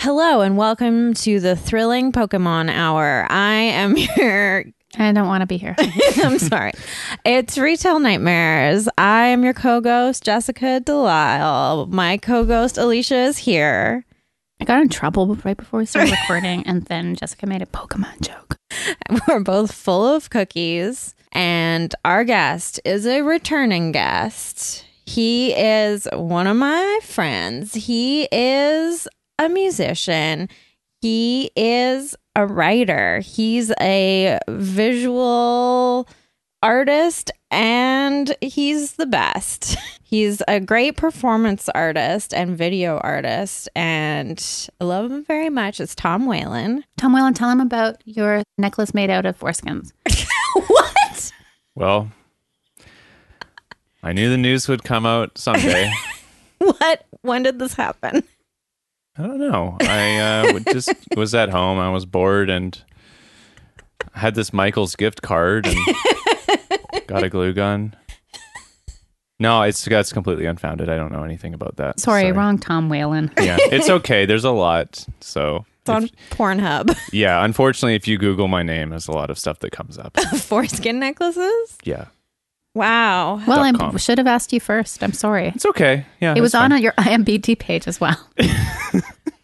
Hello and welcome to the thrilling Pokemon Hour. I am your. I don't want to be here. I'm sorry. It's Retail Nightmares. I am your co ghost, Jessica Delisle. My co ghost, Alicia, is here. I got in trouble right before we started recording, and then Jessica made a Pokemon joke. We're both full of cookies. And our guest is a returning guest. He is one of my friends. He is a musician. He is a writer. He's a visual artist and he's the best. He's a great performance artist and video artist and I love him very much. It's Tom Whalen. Tom Whalen, tell him about your necklace made out of foreskins. what? Well, I knew the news would come out someday. What? When did this happen? I don't know. I uh, would- just was at home. I was bored and I had this Michael's gift card and got a glue gun. No, it's that's completely unfounded. I don't know anything about that. Sorry, wrong Tom Whalen. Yeah, it's okay. There's a lot. So, It's on Pornhub. yeah, unfortunately, if you Google my name, there's a lot of stuff that comes up. Foreskin necklaces? Yeah, Wow. Well, I Dot com. should have asked you first. I'm sorry. it's okay. Yeah, It was it's fine. on your IMBD page as well.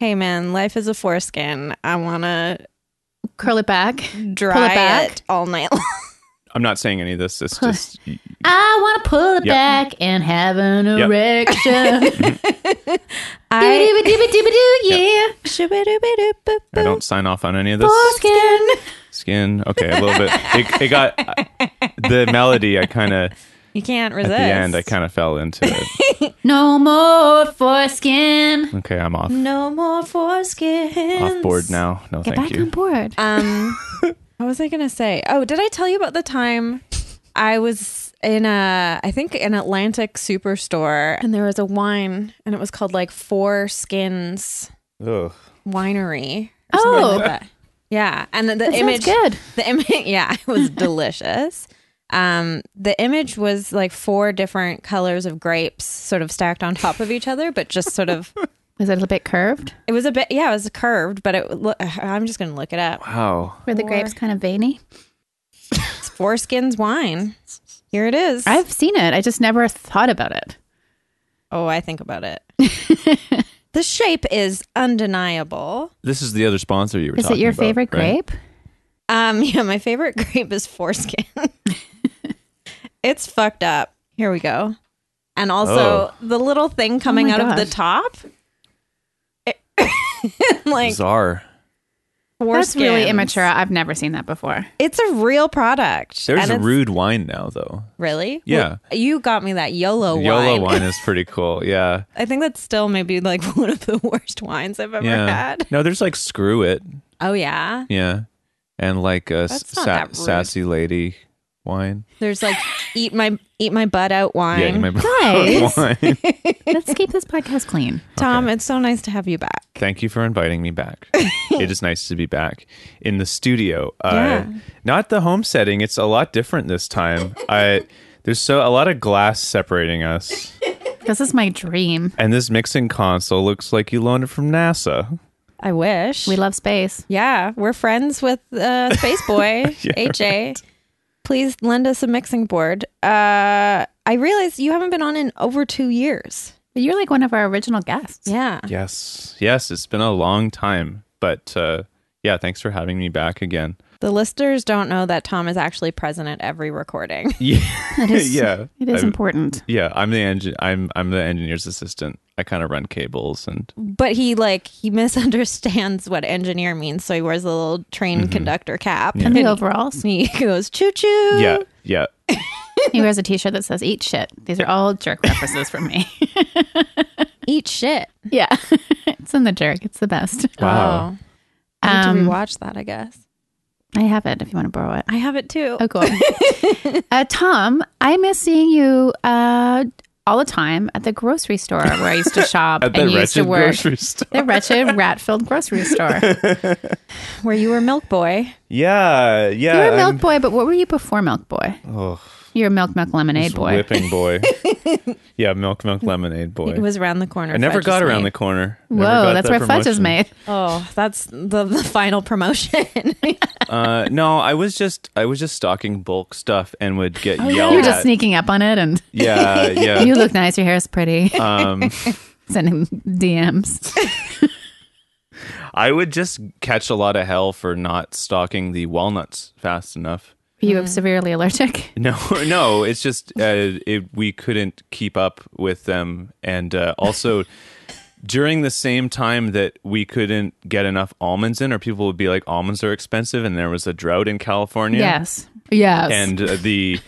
Hey man, life is a foreskin. I want to Curl it back. Mm. dry it, back. all night long. I'm not saying any of this. It's just I want to pull it Yep. back and have an Yep. erection. I, Doo-doo-doo-doo-doo, yeah. I don't sign off on any of this. Foreskin. skin okay a little bit it, it got the melody i kind of you can't at resist. the end i kind of fell into it No more foreskin. okay i'm off no more foreskins. off board now no Get thank back on you board. Um, what was I gonna say? Oh, did I tell you about the time I was in a, I think an Atlantic superstore, and there was a wine, and it was called like Four Skins Ugh. Winery. or something Oh. like that. yeah, and the, the That image, sounds good. the image, yeah, it was delicious. Um, the image was like four different colors of grapes, sort of stacked on top of each other, but just sort of, Was it a bit curved? it was a bit, yeah, it was curved, but it. lo- I'm just gonna look it up. wow Were the Or- grapes kind of veiny? Foreskins wine. Here it is. I've seen it. I just never thought about it. oh, I think about it. the shape is undeniable. this is the other sponsor you were Is it talking your about, favorite right? grape? Um, yeah, my favorite grape is foreskin. it's fucked up. Here we go. And also Oh. the little thing coming Oh my out of the gosh. top. It- like bizarre That's foreskin. really immature. I've never seen that before. It's a real product. there's and a it's- rude wine now though Really? Yeah. Well, you got me that YOLO wine. yolo wine is pretty cool yeah I think that's still maybe like one of the worst wines I've ever yeah had. no there's like screw it Oh yeah. yeah and like a s- That's not that rude. sassy lady wine There's like eat my eat my butt out wine. yeah you might Nice. wine Let's keep this podcast clean. Tom, it's so nice to have you back. Thank you for inviting me back. it is nice to be back in the studio. Uh, Yeah. Not the home setting. It's a lot different this time. I there's so a lot of glass separating us, This is my dream. and this mixing console looks like you loaned it from NASA. I wish. We love space. yeah, we're friends with uh, Space Boy AJ. Please lend us a mixing board. Uh, I realize you haven't been on in over two years. You're like one of our original guests. Yeah, Yes, yes, it's been a long time, but uh, yeah, thanks for having me back again. the listeners don't know that Tom is actually present at every recording. Yeah, It is, yeah, It is I- important. yeah. I'm the engine. I'm I'm the engineer's assistant. I kind of run cables and But he like he misunderstands what engineer means, so he wears a little train conductor cap And the overalls. he goes choo choo. yeah, yeah. He wears a t shirt that says eat shit. These are all jerk references from me. eat shit. yeah. it's in the jerk. It's the best. Wow. Oh. I need Um, to rewatch that, I guess. I have it if you want to borrow it. I have it too. Oh, cool. uh, Tom, I miss seeing you uh, all the time at the grocery store where I used to shop At the and you used to wretched work. grocery store. the wretched rat filled grocery store. Where you were milk boy. Yeah, yeah. You were I'm- Milk Boy, but what were you before Milk Boy? Oh, Your milk, milk lemonade Just boy. Whipping boy. yeah, milk, milk, lemonade boy. It was around the corner. I never Fudge got is around made. the corner. Never Whoa, got that's that where fudge is promotion. made. Oh, that's the, the final promotion. Uh, no, I was just I was just stocking bulk stuff and would get yelled You're at. just sneaking up on it, and yeah, you yeah. look nice. Your hair is pretty. Um, Sending DMs. I would just catch a lot of hell for not stocking the walnuts fast enough. You are severely allergic. No, no, it's just uh, it, we couldn't keep up with them, and uh, also during the same time that we couldn't get enough almonds in, or people would be like, "Almonds are expensive," and there was a drought in California. Yes. Yes. and uh, the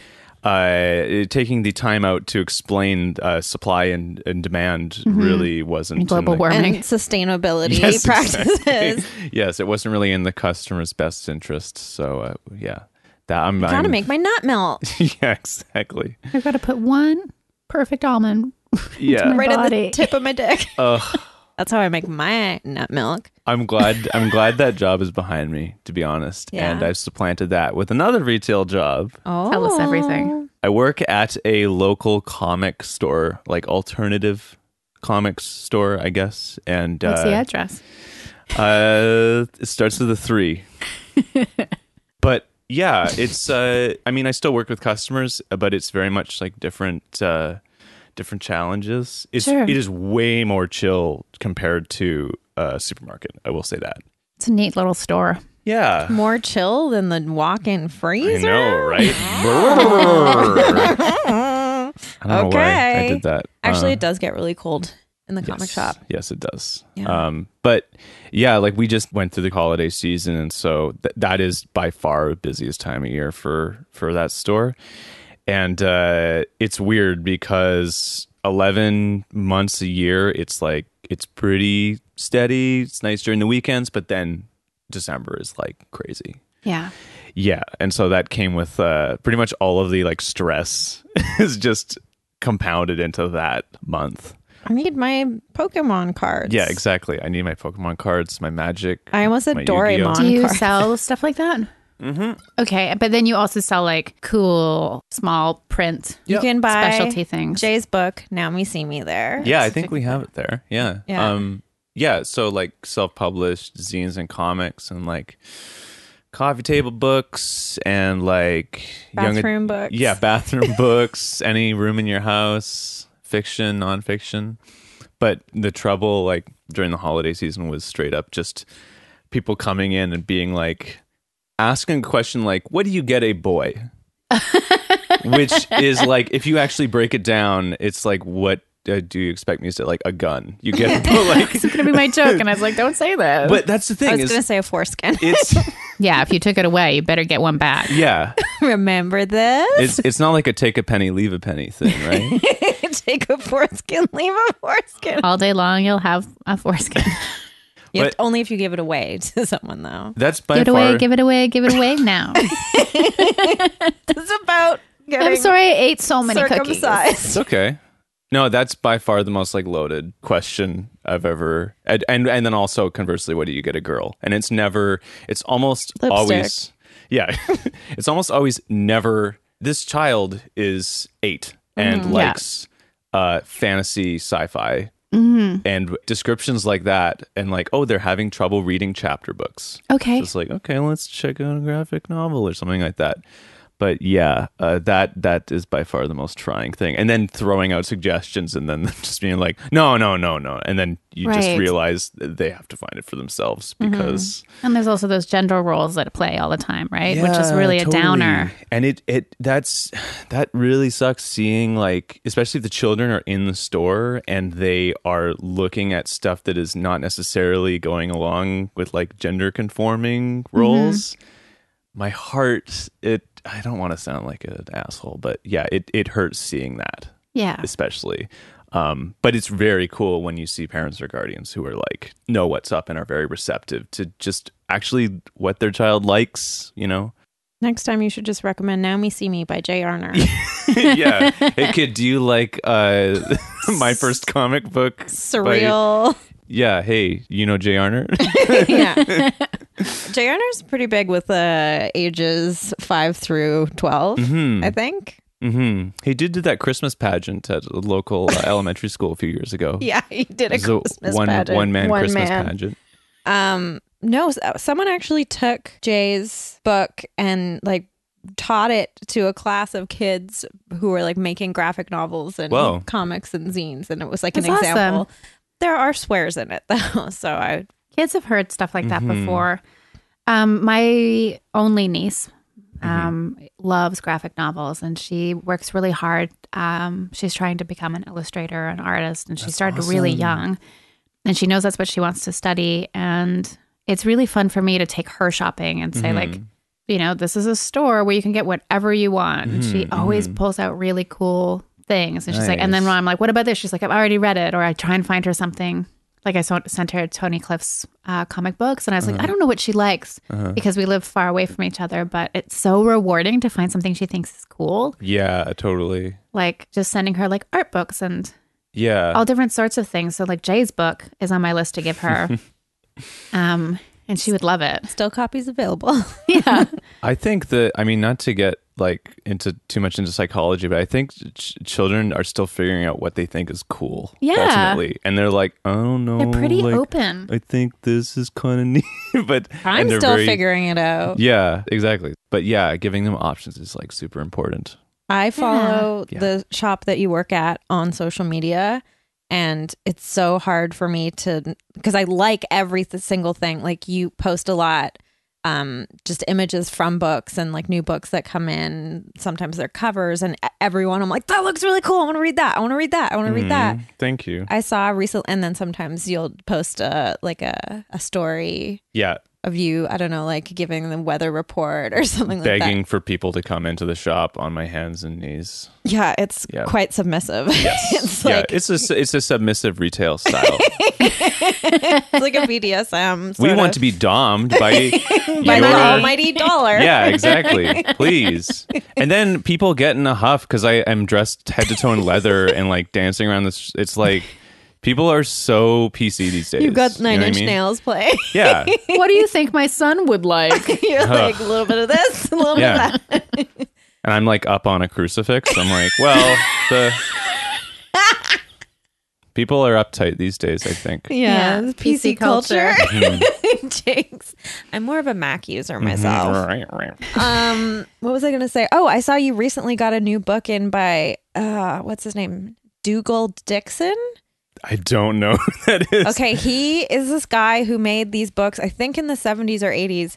uh, taking the time out to explain uh, supply and, and demand really wasn't in Mm-hmm. global the- warming. and sustainability Yes, practices. yes, it wasn't really in the customer's best interest. So uh, yeah, that I'm, How to I'm- make my nut melt yeah exactly I've got to put one perfect almond. yeah. right at the Body. tip of my dick. Ugh, That's how I make my nut milk. I'm glad I'm glad that job is behind me. To be honest, Yeah. and I've supplanted that with another retail job. Oh, Tell us everything. I work at a local comic store, like alternative comics store, I guess. And What's the uh, address? Uh, it starts with a three. but yeah, it's. Uh, I mean, I still work with customers, but it's very much like different, uh, different challenges. It's Sure. it is way more chill compared to a supermarket. I will say that. It's a neat little store. Yeah, Oh, More chill than the walk-in I freezer. know, right? I don't know why I Okay. did that. Actually, Uh, it does get really cold in the comic yes. shop. Yes, it does. Yeah. Um, but yeah, like we just went through the holiday season, and so th- that is by far the busiest time of year for for that store. And uh, it's weird because eleven months a year, it's like it's pretty steady. It's nice during the weekends, but then December is like crazy. Yeah. Yeah, and so that came with uh, pretty much all of the like stress is just compounded into that month. I need my Pokemon cards. Yeah, exactly. I need my Pokemon cards, my Magic. I almost said my Yu-Gi-Oh. Doraemon. Do you cards. sell stuff like that? Mm-hmm. Okay, but then you also sell like cool small print You can buy specialty things. Jay's book. Now me, see me there. Yeah, I think we have it there. Yeah. Yeah. Um yeah, so like self-published zines and comics and like coffee table books and like young Bathroom books. Yeah, bathroom books, any room in your house, fiction, nonfiction. But the trouble like during the holiday season was straight up just people coming in and being like asking a question like, What do you get a boy? Which is like if you actually break it down, it's like what uh, do you expect me to say? Like a gun. You get but like It's gonna be my joke, and I was like, "Don't say that." but that's the I thing was is gonna say a foreskin. it's yeah, if you took it away, you better get one back. yeah. Remember this? It's it's not like a take a penny, leave a penny thing, right? Take a foreskin, leave a foreskin. All day long, you'll have a foreskin. You have But- to- only if you give it away to someone, though. That's by give it far away, give it away, give it away now. It's about getting I'm sorry, I ate so many cookies. It's circumcised. okay. No, that's by far the most like loaded question I've ever and and, and then also conversely, what do you get a girl? And it's never it's almost Lipstick. always Yeah. it's almost always never this child is eight and likes uh fantasy sci-fi and descriptions like that and like, oh, they're having trouble reading chapter books. Okay, Just like, okay, let's check out a graphic novel or something like that. But yeah, uh, that that is by far the most trying thing. And then throwing out suggestions and then just being like, no, no, no, no. And then you Right. Mm-hmm. just realize that they have to find it for themselves because and there's also those gender roles that play all the time, right? Which is really a downer. And it it that's that really sucks seeing like especially if the children are in the store and they are looking at stuff that is not necessarily going along with like gender conforming Mm-hmm. roles. My heart it I don't want to sound like an asshole, but yeah, it it hurts seeing that Yeah, especially. Um, but it's very cool when you see parents or guardians who are like know what's up and are very receptive to just actually what their child likes, you know. Next time, you should just recommend "Now Me See Me" by Jay Arner. yeah. Hey kid, do you like uh my first comic book? by- Surreal. yeah, hey, you know Jay Arner? yeah. Jay Mm-hmm. Arner's pretty big with uh, ages five through 12 I think. hmm He did do that Christmas pageant at a local uh, elementary school a few years ago. Yeah, he did a It was Christmas one pageant. one man One Christmas man. pageant. Um, no, s- someone actually took Jay's book and like taught it to a class of kids who were like making graphic novels and Whoa. comics and zines, and it was like an That's awesome. example. There are swears in it though, so I Kids have heard stuff like that Mhm. before. Um, my only niece um, loves graphic novels and she works really hard. Um, she's trying to become an illustrator, an artist, and she started really awesome. young. And she knows that's what she wants to study. And it's really fun for me to take her shopping and say, like, you know, this is a store where you can get whatever you want. And she always pulls out really cool things. And she's like, and then Nice. when I'm like, what about this? She's like, I've already read it. Or I try and find her something. Like I so- sent her Tony Cliff's uh, comic books. And I was like, I don't know what she likes because we live far away from each other. But it's so rewarding to find something she thinks is cool. Yeah, totally. Like just sending her like art books and Yeah. all different sorts of things. So like Jay's book is on my list to give her. um, and she would love it. still copies available. Yeah. I think that I mean not to get like into too much into psychology, but I think ch- children are still figuring out what they think is cool. Yeah. ultimately, and they're like, I don't know. They're pretty Oh, like, open. I think this is kind of neat, but I'm and they're still very- figuring it out. Yeah, exactly. But yeah, giving them options is like super important. I follow Yeah. the shop that you work at on social media and it's so hard for me to because I like every th- single thing like you post a lot um just images from books and like new books that come in sometimes they're covers and e- everyone I'm like that looks really cool I want to read that I want to read that I want to read that Mm, Thank you. I saw recently and then sometimes you'll post a like a a story Yeah, of you I don't know like giving the weather report or something like that begging for people to come into the shop on my hands and knees. Yeah, it's Yeah. quite submissive. it's like yeah, it's a it's a submissive retail style. it's like a BDSM. we sort want of- to be domed by by the your- almighty dollar. Yeah, exactly. Please. And then people get in a huff because I am dressed head to toe in leather and like dancing around this. It's like people are so PC these days. You've got You know nine what I inch mean? nails play. Yeah. what do you think my son would like? You're like a little bit of this, a little bit Yeah. of and I'm like up on a crucifix. I'm like, well, the. People are uptight these days, I think. that. Yeah, Yeah, it's PC, PC culture. culture. Mm-hmm. Jinx. I'm more of a Mac user myself. um, what was I going to say? Oh, I saw you recently got a new book in by uh, what's his name, Dougal Dixon. I don't know who that is. Okay, he is this guy who made these books, I think in the 70s or 80s.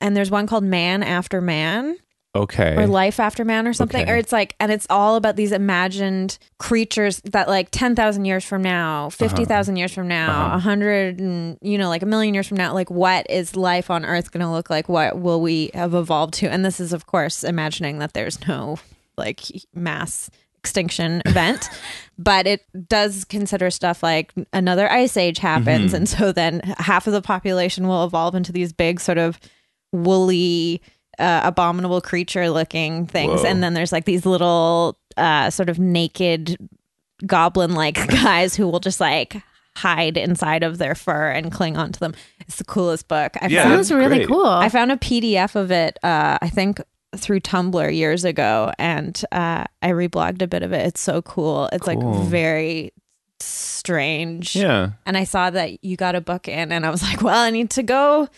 And there's one called Man After Man Okay. or Life After Man or something. Okay. Or it's like, and it's all about these imagined creatures that like 10,000 years from Uh-huh. now, 50,000 years from now, a 100 and, you know, like a million years from now, like what is life on Earth going to look like? What will we have evolved to? And this is, of course, imagining that there's no like mass extinction event but it does consider stuff like another ice age happens Mm-hmm. and so then half of the population will evolve into these big sort of woolly uh, abominable creature looking things Whoa. and then there's like these little uh, sort of naked goblin like guys who will just like hide inside of their fur and cling onto them it's the coolest book i Yeah. found Sounds really Great. cool. I found a PDF of it, uh, I think through Tumblr years ago, and uh, I reblogged a bit of it. It's so cool. It's Cool. like very strange. Yeah. And I saw that you got a book in, and I was like, well, I need to go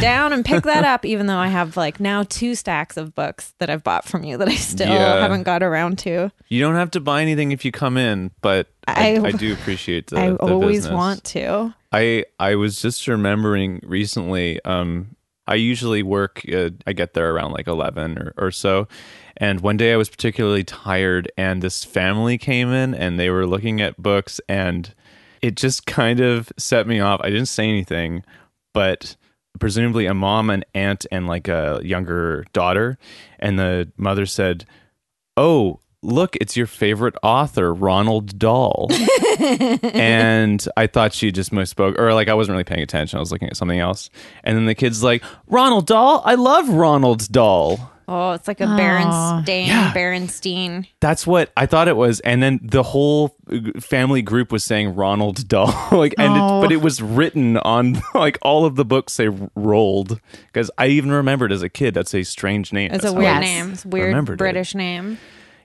down and pick that up, even though I have like now two stacks of books that I've bought from you that I still Yeah. haven't got around to. You don't have to buy anything if you come in, but I, I- I do appreciate the. I the always business. want to. I I was just remembering recently. Um, I usually work. Uh, I get there around like eleven or, or so, and one day I was particularly tired, and this family came in and they were looking at books, and it just kind of set me off. I didn't say anything, but presumably a mom, an aunt, and like a younger daughter, and the mother said, "Oh." Look, it's your favorite author, Ronald Dahl and I thought she just misspoke, or like I wasn't really paying attention. I was looking at something else. And then the kid's like, Ronald Dahl? I love Ronald Dahl. Oh, it's like a Aw. Berenstain, Yeah. Berenstein. That's what I thought it was. And then the whole uh, family group was saying Ronald Dahl. like, and Oh. it, but it was written on like all of the books say rolled because I even remembered as a kid that's a strange name. It's That's a how weird I- Yes. name. It's a weird remembered it. British name.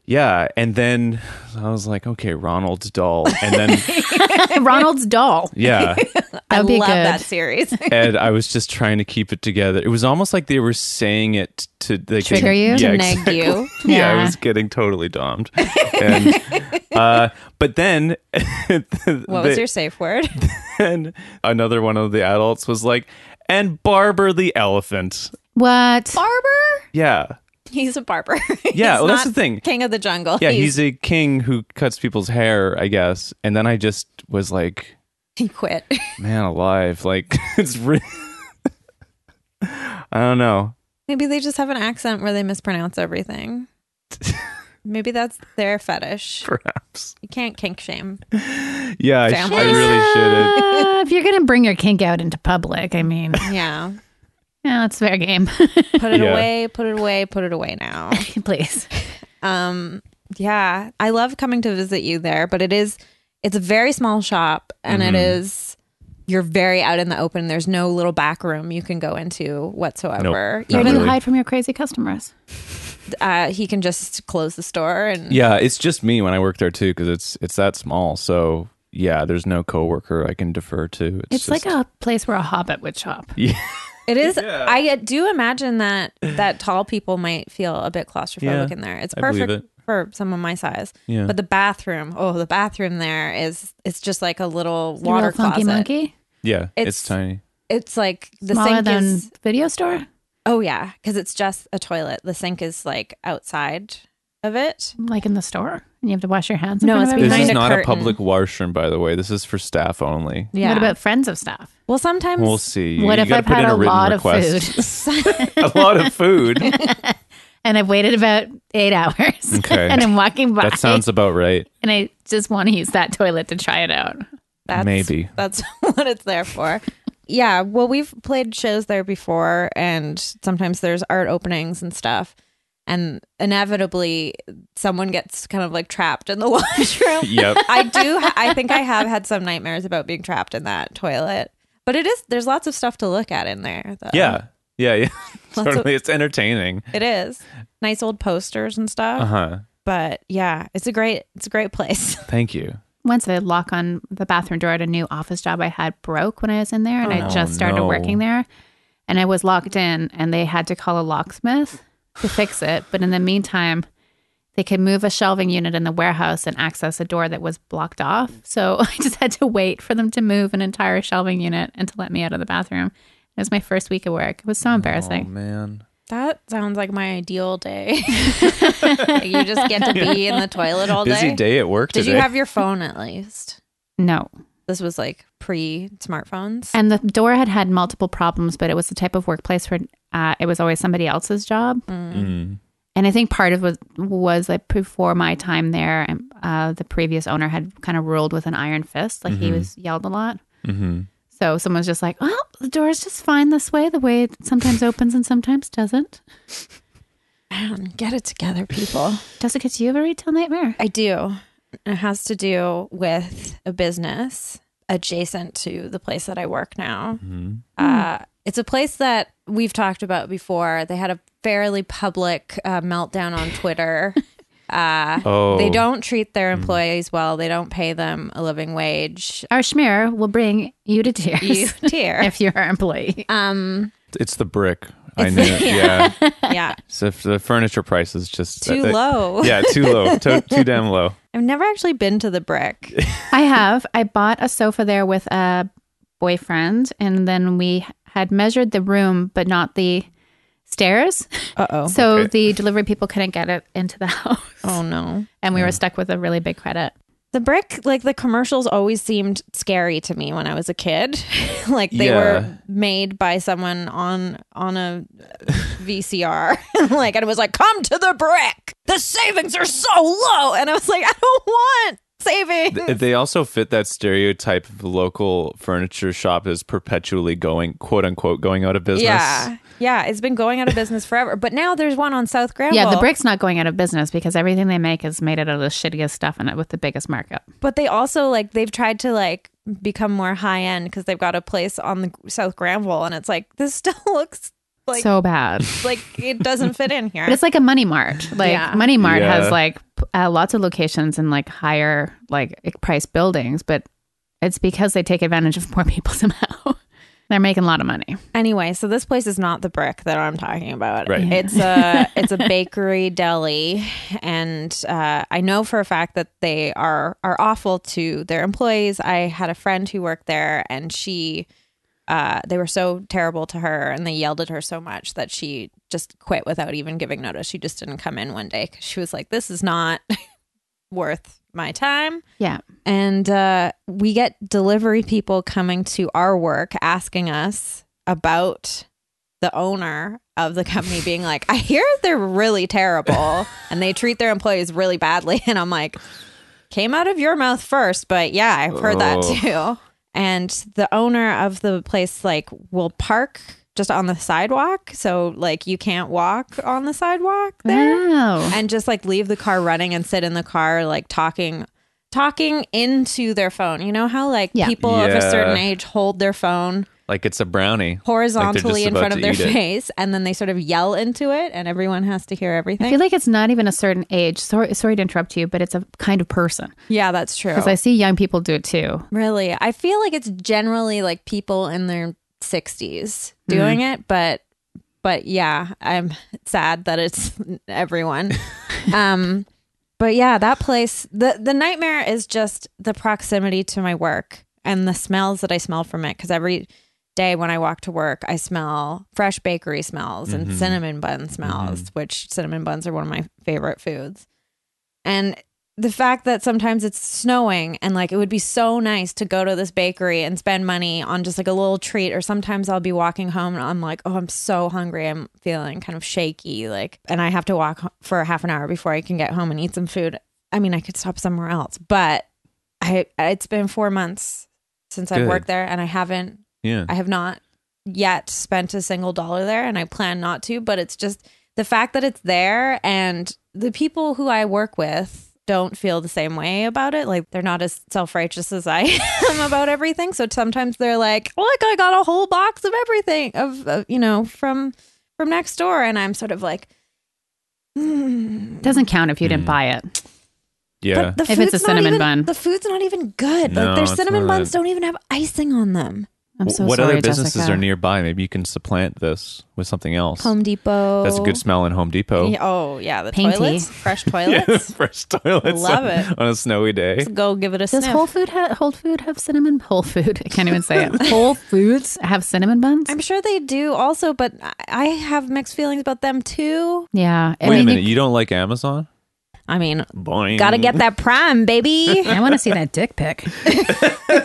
Yeah, and then I was like, okay, Ronald's doll, and then Ronald's doll. yeah, I That'd love be good. that series. and I was just trying to keep it together. It was almost like they were saying it to like, Trigger you? yeah, To nag exactly. you. Yeah. I Yeah. was getting totally domed. And, uh, but then, What was your safe word? then another one of the adults was like, and Barber the elephant. What? barber? Yeah, He's a barber. yeah. He's well, that's the not thing. King of the jungle. Yeah, he's a king who cuts people's hair, I guess. And then I just was like. he quit. man alive like it's re- i don't know Maybe they just have an accent where they mispronounce everything. Maybe that's their fetish. perhaps You can't kink shame. yeah I, sh- Sounds I like- really shouldn't Uh, if you're gonna bring your kink out into public, I mean, Yeah. yeah, that's fair game. Put it Yeah. away, put it away, put it away now. Please. Um yeah, I love coming to visit you there, but it is it's a very small shop and it Mm-hmm. is you're very out in the open. There's no little back room you can go into whatsoever. Nope, not Where do Even you really. hide from your crazy customers? uh, he can just close the store and yeah it's just me when i work there too because it's it's that small so yeah there's no coworker i can defer to It's like just- a place where a hobbit would shop. It is. I do imagine that that tall people might feel a bit claustrophobic Yeah, in there. It's I believe perfect for someone my size. Yeah. But the bathroom, oh, the bathroom there is. It's just like a little Your water little funky closet. monkey. yeah it's- it's, tiny It's like the Smaller sink than is. video store. Oh yeah, because it's just a toilet. The sink is like outside of it. like in the store and you have to wash your hands in No, front it's of behind everybody? this is a not a curtain. public washroom by the way this is for staff only Yeah. what about friends of staff Well, sometimes we'll see what You if gotta i've put had in a, written lot of request. food a lot of food and i've waited about eight hours Okay. and i'm walking by that sounds about right and i just want to use that toilet to try it out That's, Maybe. that's what it's there for. yeah. Well, we've played shows there before, and sometimes there's art openings and stuff. And inevitably, someone gets kind of like trapped in the washroom. yep I do. I think I have had some nightmares about being trapped in that toilet. But it is. There's lots of stuff to look at in there. Though. yeah yeah yeah Lots of- totally it's entertaining it is. Nice old posters and stuff. uh-huh But yeah, it's a great. It's a great place. thank you once the lock on the bathroom door at a new office job i had broke when i was in there and i Oh, just started no. working there and i was locked in and they had to call a locksmith to fix it but in the meantime they could move a shelving unit in the warehouse and access a door that was blocked off. So I just had to wait for them to move an entire shelving unit and to let me out of the bathroom. It was my first week of work. It was so oh embarrassing. man That sounds like my ideal day. Like, you just get to be in the toilet all busy day at work Did today. you have your phone at least? No. This was like pre smartphones. And the door had had multiple problems, but it was the type of workplace where uh, it was always somebody else's job. Mm. And I think part of was was that before my time there, um, uh, the previous owner had kind of ruled with an iron fist. Like he was yelled a lot. Mhm. So someone's just like, "Oh, the door's just fine this way. The way it sometimes opens and sometimes doesn't." Man, get it together, people. Jessica, do you have a retail nightmare? I do. It has to do with a business adjacent to the place that I work now. Mm-hmm. Uh, it's a place that we've talked about before. They had a fairly public uh, meltdown on Twitter. Uh, Oh, They don't treat their employees well. They don't pay them a living wage. Our schmear will bring you to tears You tear. if you're our employee. Um, It's the brick. I knew. it. yeah. yeah, So if the furniture price is just too that- that- low. Yeah, too low. To, too damn low. I've never actually been to the brick. I have. I bought a sofa there with a boyfriend, and then we had measured the room, but not the stairs. Uh oh. So okay. the delivery people couldn't get it into the house, Oh no. and we were stuck with a really big credit. The brick, like the commercials always seemed scary to me when I was a kid. like they Yeah. were made by someone on on a VCR. like and it was like, come to the brick. The savings are so low. And I was like, I don't want savings. Th- They also fit that stereotype of the local furniture shop is perpetually going, quote unquote, going out of business. Yeah. Yeah. It's been going out of business forever. But now there's one on South Granville. Yeah, the brick's not going out of business because everything they make is made out of the shittiest stuff and with the biggest markup. but they also like they've tried to like become more high end because they've got a place on the South Granville and it's like this still looks like so bad. like it doesn't fit in here. But it's like a money mart. Like Yeah. money mart Yeah. has like uh, lots of locations in like higher like priced buildings, but it's because they take advantage of poor people somehow. They're making a lot of money. Anyway, so this place is not the brick that I'm talking about. Right. Yeah. It's a it's a bakery deli, and uh, I know for a fact that they are are awful to their employees. I had a friend who worked there, and she. Uh, they were so terrible to her and they yelled at her so much that she just quit without even giving notice. She just didn't come in one day 'cause she was like, This is not worth my time Yeah. and uh, we get delivery people coming to our work asking us about the owner of the company being like i hear they're really terrible and they treat their employees really badly and i'm like came out of your mouth first but yeah i've heard that too and the owner of the place like will park just on the sidewalk so like you can't walk on the sidewalk there Wow. and just like leave the car running and sit in the car like talking talking into their phone you know how like Yeah. people of a certain Yeah. age hold their phone Like it's a brownie. horizontally in about front of to their eat it. face and then they sort of yell into it and everyone has to hear I everything feel like it's not even a certain age. Sorry, sorry to interrupt you, but it's a kind of person yeah that's true because I see young people do it too. really i feel like it's generally like people in their 60s doing it but but yeah i'm sad that it's everyone um but yeah that place the the nightmare is just the proximity to my work and the smells that i smell from it because every day when i walk to work i smell fresh bakery smells and cinnamon bun smells which cinnamon buns are one of my favorite foods and the fact that sometimes it's snowing and like it would be so nice to go to this bakery and spend money on just like a little treat or sometimes I'll be walking home and I'm like oh I'm so hungry I'm feeling kind of shaky like and I have to walk ho- for half an hour before I can get home and eat some food I mean I could stop somewhere else but I it's been 4 months since I've Good. worked there and I haven't Yeah. I have not yet spent a single dollar there and I plan not to, but it's just the fact that it's there and the people who I work with don't feel the same way about it. Like they're not as self righteous as I am about everything. So sometimes they're like, "Oh, look, I got a whole box of everything of, of you know, from from next door. And I'm sort of like, It doesn't count if you didn't Mm. buy it. yeah. but the If food's it's a not cinnamon even- bun. The food's not even good. No, like their it's cinnamon not. buns don't even have icing on them. I'm W- so what sorry, other businesses Jessica. are nearby? Maybe you can supplant this with something else. Home Depot. That's a good smell in Home Depot. Yeah, oh yeah, the Painty. toilets, fresh Yeah, toilets. fresh toilets. Love on, it. on a snowy day. Just go give it a Does sniff. Whole Food ha- Whole Food have cinnamon? Whole Food. I can't even say it. Whole Foods have cinnamon buns. I'm sure they do also, but I- I have mixed feelings about them too. yeah. I Wait a mean, minute, you don't like Amazon? I mean, Boing. gotta get that prime, baby. I want to see that dick pic. um,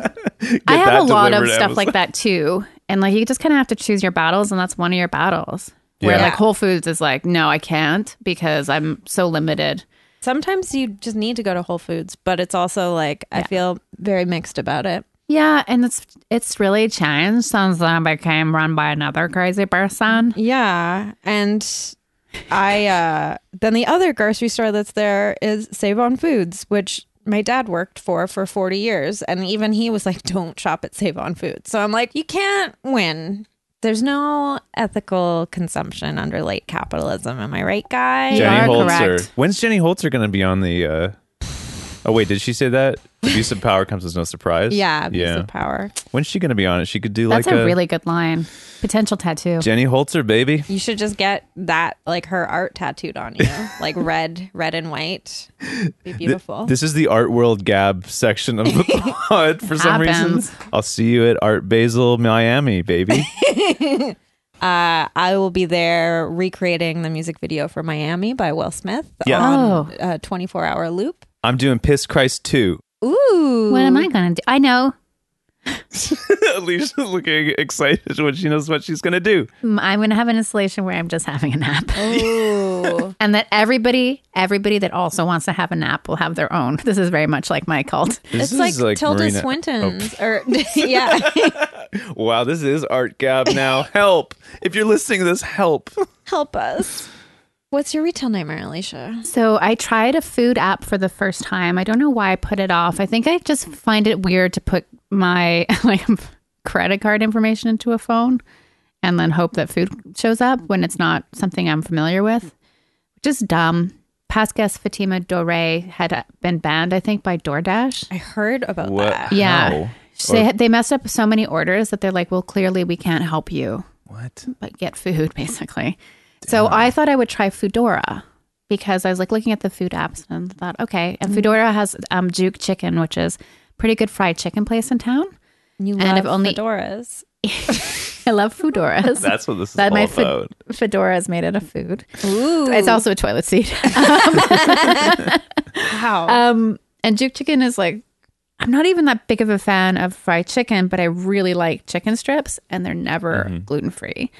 I that have a lot of delivered to stuff Amazon. like that too, and like you just kind of have to choose your battles, and that's one of your battles. Where Yeah. like Whole Foods is like, no, I can't because I'm so limited. Sometimes you just need to go to Whole Foods, but it's also like I feel very mixed about it. Yeah, and it's it's really changed since I became run by another crazy person. Yeah, and I uh then the other grocery store that's there is Save On Foods, which my dad worked for for 40 years and even he was like don't shop at Save On Foods. So I'm like you can't win. There's no ethical consumption under late capitalism, am I right, guys? You Yeah. Jenny are Holzer. correct. When's Jenny Holzer going to be on the? Uh... Oh wait, did she say that? Abuse of power comes as no surprise. Yeah, abuse yeah. of power. When's she going to be on it? She could do That's like a, really good line. Potential tattoo. Jenny Holzer, baby. You should just get that like her art tattooed on you, like red, red and white. Be beautiful. This is the art world gab section of the pod for some Happens. reason. I'll see you at Art Basel Miami, baby. Uh, I will be there recreating the music video for Miami by Will Smith Yeah. Oh. on a 24 hour loop. I'm doing Piss Christ 2. Ooh. What am I gonna do? I know. Alicia's looking excited when she knows what she's going to do. Mm, I'm gonna have an installation where I'm just having a nap. Ooh. And that everybody, everybody that also wants to have a nap will have their own. This is very much like my cult. it's This like, is Tilda Marina- Swinton's. Or, yeah. Oh, wow, this is art gab now. help. If you're listening to this, help. Help us. What's your retail nightmare, Alicia? So I tried a food app for the first time. I don't know why I put it off. I think I just find it weird to put my like credit card information into a phone and then hope that food shows up when it's not something I'm familiar with. Just dumb. past guest Fatima Dore had uh, been banned, I think, by DoorDash. I heard about What? that. Yeah. How? So They, had- they messed up so many orders that they're like, well, clearly we can't help you, What? but get food, basically. So I thought I would try Foodora because I was like looking at the food apps and thought, okay. And Mm-hmm. Foodora has um, Juke Chicken, which is pretty good fried chicken place in town. You And love I've only- fedoras. I love Foodoras. That's what this is That all my about. food- Fedora is made out of food. Ooh, It's also a toilet seat. wow. Um, and Juke Chicken is like, I'm not even that big of a fan of fried chicken, but I really like chicken strips, and they're never gluten free.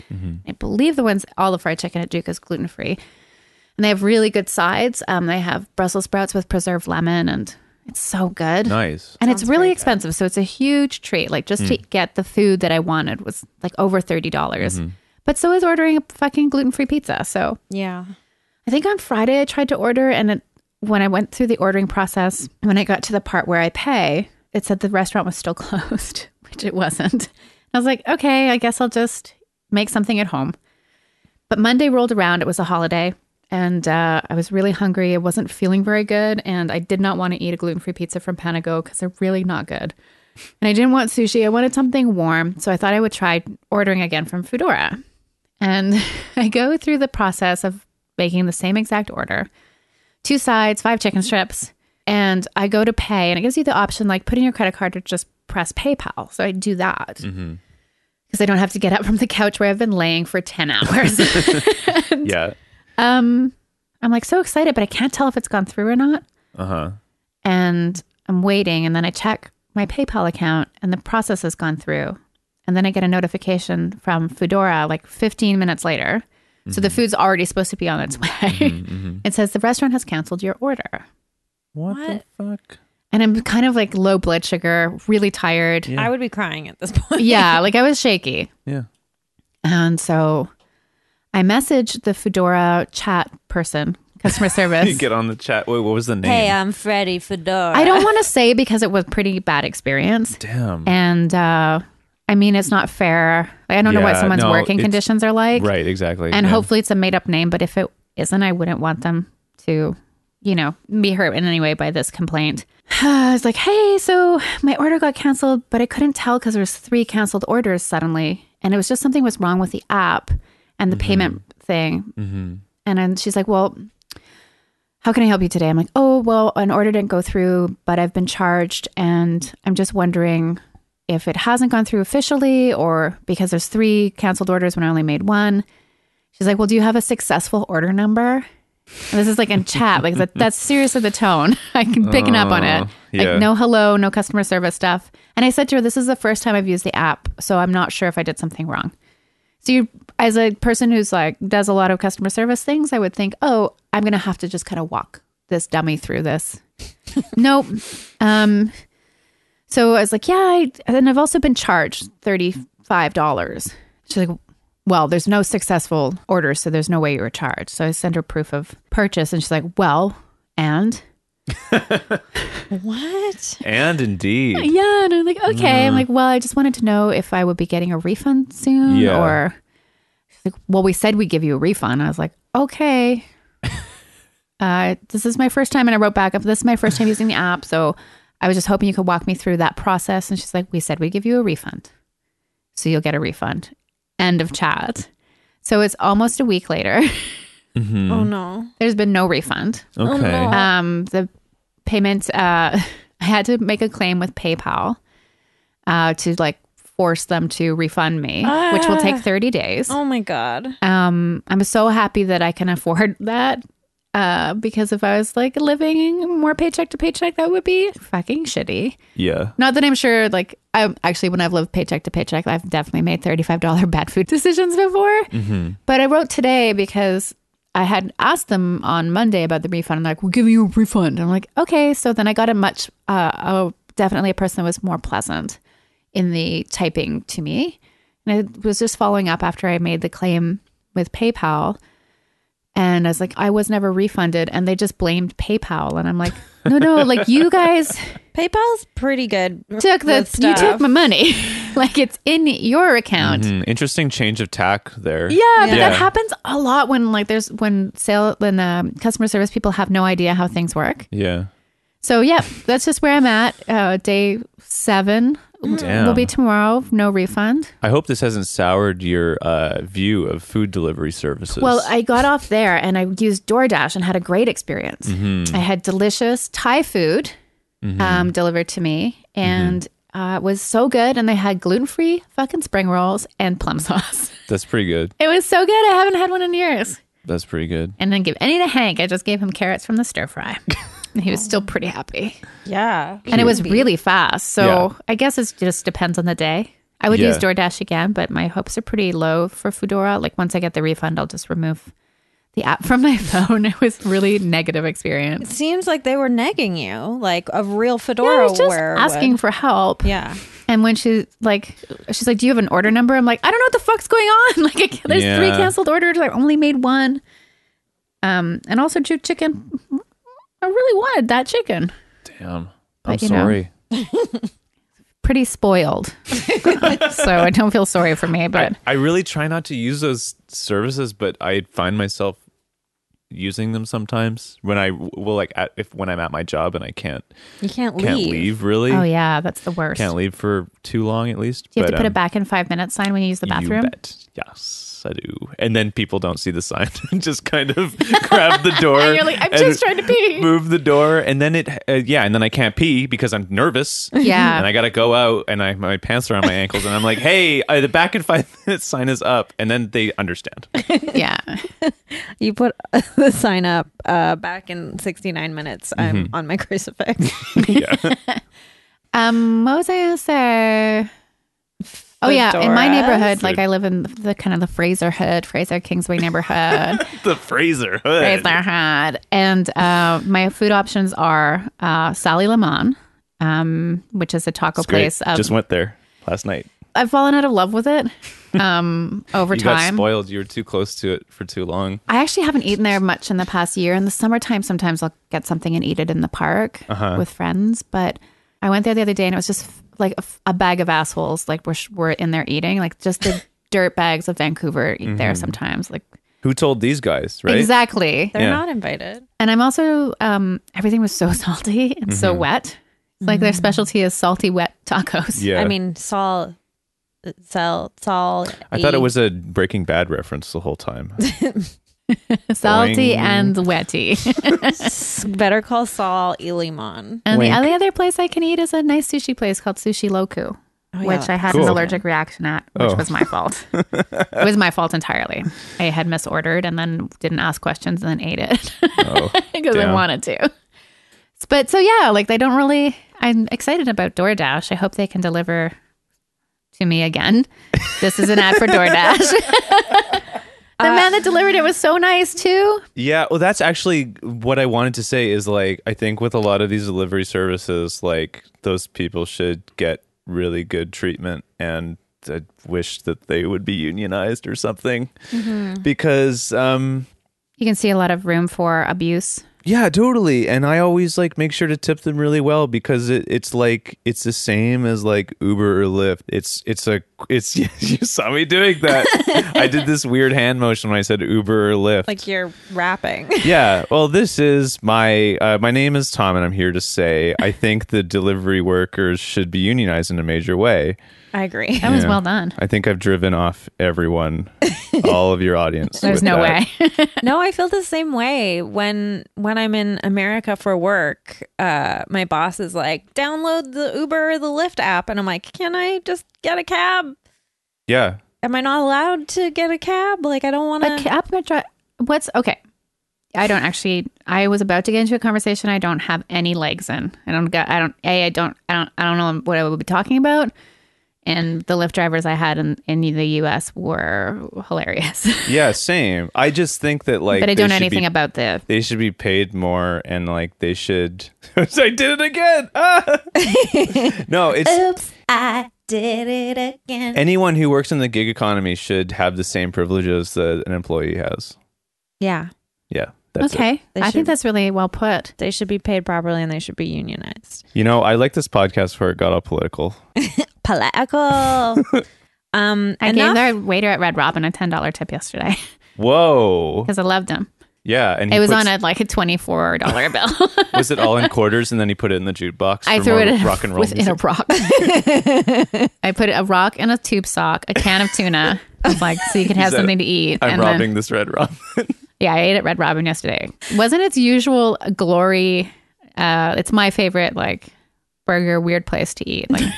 I believe the ones all the fried chicken at Juke is gluten free, and they have really good sides. Um, they have Brussels sprouts with preserved lemon, and it's so good. Nice. And it's really expensive, so it's a huge treat. Like just to get the food that I wanted was like over thirty dollars. But so is ordering a fucking gluten free pizza. So yeah. I think on Friday I tried to order, and it, when I went through the ordering process, when I got to the part where I pay, it said the restaurant was still closed, which it wasn't. I was like, okay, I guess I'll just make something at home. But Monday rolled around, it was a holiday, and uh, I was really hungry. I wasn't feeling very good, and I did not want to eat a gluten free pizza from Panago because they're really not good. And I didn't want sushi, I wanted something warm, so I thought I would try ordering again from Foodora. And I go through the process of making the same exact order two sides, five chicken strips. And I go to pay, and it gives you the option like put in your credit card or just press PayPal. So I do that because I don't have to get up from the couch where I've been laying for 10 hours. Yeah. um, I'm like so excited, but I can't tell if it's gone through or not. Uh huh. And I'm waiting, and then I check my PayPal account, and the process has gone through. And then I get a notification from Fedora like 15 minutes later. So Mm-hmm. the food's already supposed to be on its way. it says the restaurant has canceled your order. What, What? the fuck? And I'm kind of like low blood sugar, really tired. Yeah, I would be crying at this point. like I was shaky. Yeah. And so I messaged the Fedora chat person, customer You service. get on the chat. Wait, what was the name? uh, Hey, I'm Freddie Fedora. I don't want to say because it was pretty bad experience. Damn. and uh, I mean it's not fair. Like, I don't know what Yeah, someone's no, working it's- conditions are like, right. Exactly. and yeah. hopefully it's a made up name. But if it isn't, I wouldn't want them to, you know, be hurt in any way by this complaint. I was like, hey, so my order got canceled, but I couldn't tell because there was three canceled orders suddenly, and it was just something was wrong with the app and the payment thing. And then she's like, well, how can I help you today? I'm like, oh, well, an order didn't go through, but I've been charged. And I'm just wondering if it hasn't gone through officially or because there's three canceled orders when I only made one. She's like, well, do you have a successful order number? And this is like in chat. Like that, that's seriously the tone. I'm picking up on it. Like yeah. no hello, no customer service stuff. And I said to her, this is the first time I've used the app. So I'm not sure if I did something wrong. So you, as a person who's like does a lot of customer service things, I would think, oh, I'm gonna have to just kind of walk this dummy through this. nope. Um. So I was like, yeah, I, and I've also been charged thirty five dollars. She's like, well, there's no successful order, so there's no way you were charged. So I sent her proof of purchase, and she's like, well, and What? And indeed. yeah, and I'm like, okay. I'm like, well, I just wanted to know if I would be getting a refund soon, Yeah. or she's like, well, we said we'd give you a refund. I was like, okay. uh, this is my first time, and I wrote back up. This is my first time using the app, so I was just hoping you could walk me through that process. And she's like, we said we'd give you a refund, so you'll get a refund. End of chat. So it's almost a week later. Mm. Oh no. There's been no refund Okay. um the payments uh i had to make a claim with paypal uh to like force them to refund me which will take 30 days Oh my god. um i'm so happy that i can afford that uh because if i was like living more paycheck to paycheck that would be fucking shitty Yeah. not that i'm sure like i actually when i've lived paycheck to paycheck i've definitely made $35 bad food decisions before but i wrote today because I had asked them on Monday about the refund. and they're like, we'll give you a refund. And I'm like, okay. So then I got a much, uh, a, definitely a person that was more pleasant in the typing to me. And I was just following up after I made the claim with PayPal. And I was like, I was never refunded. And they just blamed PayPal. And I'm like, no, no, like you guys PayPal's pretty good. took the, with you took stuff. my money. like it's in your account. Hmm, interesting change of tack there. Yeah, but Yeah. that happens a lot when like there's when sale when um, customer service people have no idea how things work. Yeah. So yeah, that's just where I'm at. Uh, day seven Damn. will be tomorrow. No refund. I hope this hasn't soured your uh, view of food delivery services. Well, I got off there and I used DoorDash and had a great experience. Mm-hmm. I had delicious Thai food um, delivered to me and Mm-hmm. uh, it was so good. And they had gluten free fucking spring rolls and plum sauce. that's pretty good. It was so good. I haven't had one in years. That's pretty good. And then give any to Hank. I just gave him carrots from the stir fry. and he was still pretty happy. Yeah. And it was really fast. So Yeah. I guess it just depends on the day. I would Yeah. use DoorDash again, but my hopes are pretty low for Foodora. Like once I get the refund, I'll just remove the app from my phone. It was really negative experience. Seems like they were negging you, like a real I fedora was just wearer. asking would. for help. Yeah. And when she like she's like, Do you have an order number? I'm like, I don't know what the fuck's going on. Like I can't- there's three Yeah. canceled orders. I only made one. Um and also Jew chicken. I really wanted that chicken. Damn. I'm But, you know. sorry. Pretty spoiled. so I don't feel sorry for me, but I really try not to use those services, but I find myself using them sometimes when I well like at, if when I'm at my job and I can't You can't leave. can't leave really Oh yeah, that's the worst. can't leave for too long at least. Do you have to but, put a um, back in five minutes sign when you use the bathroom? You bet. Yes, I do. And then people don't see the sign and just kind of grab the door. And you're like, I'm and just trying to pee. Move the door, and then it, uh, yeah, and then I can't pee because I'm nervous. Yeah. and I gotta go out, and I my pants are on my ankles, and I'm like, hey, uh, the back in five minutes sign is up, and then they understand. yeah. You put the sign up uh, back in 69 minutes. Mm-hmm. I'm on my crucifix. yeah, Um, what was I gonna say? Oh yeah, in my Fedoras? neighborhood, like I live in the kind of the Fraser Hood, Fraser Kingsway neighborhood, the Fraser hood. Fraser Hood, and uh, my food options are uh, Sally Lemon, um, which is a taco It's great. place. um, Of, Just went there last night. I've fallen out of love with it um, over you got time. spoiled. You were too close to it for too long. I actually haven't eaten there much in the past year. In the summertime, sometimes I'll get something and eat it in the park Uh-huh. with friends. But I went there the other day and it was just like a, f- a bag of assholes. Like we're, sh- we're in there eating, like just the dirt bags of Vancouver eat there sometimes. Like Who told these guys? Mm-hmm. Right? exactly. They're Yeah. not invited. And I'm also, um, everything was so salty and so Mm-hmm. wet. Like their specialty is salty, wet tacos. Yeah. I mean, Saul, Saul, Saul. I thought it was a Breaking Bad reference the whole time. salty Boing. and wetty. Better Call Saul Elimon. and Wink. the only other place I can eat is a nice sushi place called Sushi Loku. Oh, yeah. which I had an Cool. allergic reaction at, which Oh. was my fault. it was my fault entirely. I had misordered and then didn't ask questions and then ate it Oh, because I Damn. wanted to. But so yeah, like they don't really. I'm excited about DoorDash. I hope they can deliver to me again. This is an ad for DoorDash. the Uh, man that delivered it was so nice too. yeah. Well, that's actually what I wanted to say. Is like I think with a lot of these delivery services, like those people should get really good treatment, and I wish that they would be unionized or something, because um, You can see a lot of room for abuse. Yeah, totally. And I always like make sure to tip them really well because it, it's like it's the same as like Uber or Lyft. It's it's a it's you saw me doing that. I did this weird hand motion when I said Uber or Lyft. Like you're rapping. yeah. Well, this is my uh, my name is Tom, and I'm here to say I think the delivery workers should be unionized in a major way. I agree. That was Yeah. well done. I think I've driven off everyone, all of your audience. There's with no that. way. no, I feel the same way when when I'm in America for work. Uh, my boss is like, download the Uber or the Lyft app, and I'm like, can I just get a cab? Yeah. Am I not allowed to get a cab? Like, I don't want But to. cab driver, what's okay? I don't actually. I was about to get into a conversation. I don't have any legs in. I don't got. I don't. A. I don't. I don't. I don't know what I would be talking about. And the Lyft drivers I had in, in the U.S. were hilarious. Yeah. Same. I just think that like but I they don't know should be anything about the. they should be paid more and like they should I did it again. Ah! no, it's Oops, I did it again. anyone who works in the gig economy should have the same privileges that an employee has. Yeah, Yeah. That's okay. okay, They I should- think that's really well put. they should be paid properly and they should be unionized. You know, I like this podcast where it got all political. political. um, I enough- gave their waiter at Red Robin a ten dollar tip yesterday Whoa. because I loved him. Yeah. And he It was puts- on a like a twenty four dollar bill. was it all in quarters and then he put it in the jukebox? I for threw more it in, rock and roll. with- in a music? rock. I put a rock and a tube sock, a can of tuna. I was like, so you could have said, something to eat. I'm and then- robbing this Red Robin. yeah, I ate at Red Robin yesterday. Wasn't its usual glory? Uh, it's my favorite like burger weird place to eat. Like,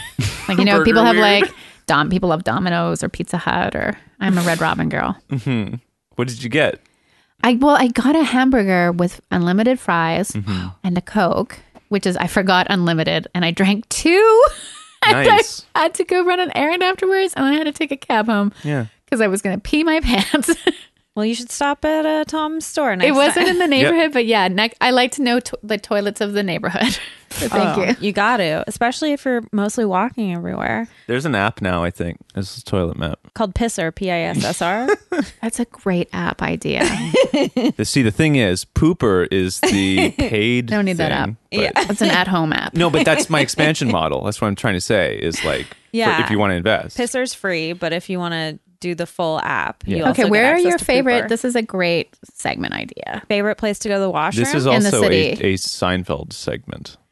like you know, Burger people have weird. like dom. People love Domino's or Pizza Hut or I'm a Red Robin girl. what did you get? I well, I got a hamburger with unlimited fries Mm-hmm. and a Coke, which is I forgot unlimited, and I drank two. Nice. I had to go run an errand afterwards, and I had to take a cab home Yeah. because I was going to pee my pants. well, you should stop at uh, Tom's store. Next it Time. wasn't in the neighborhood, but yeah, ne- I like to know to- the toilets of the neighborhood. So thank you. You got to, especially if you're mostly walking everywhere. There's an app now, I think. This is Toilet Map. Called Pisser, P I S S R. That's a great app idea. The, see, the thing is, Pooper is the paid. Don't need that thing, app. but- That's an at-home app. No, but that's my expansion model. That's what I'm trying to say is like, for- Yeah. if you want to invest. Pisser's free, but if you want to do the full app, you Yeah. also Okay, get where are access your to favorite? Pooper. This is a great segment idea. favorite place to go to the washroom? This is in the also a, city. Uh. a Seinfeld segment. segment.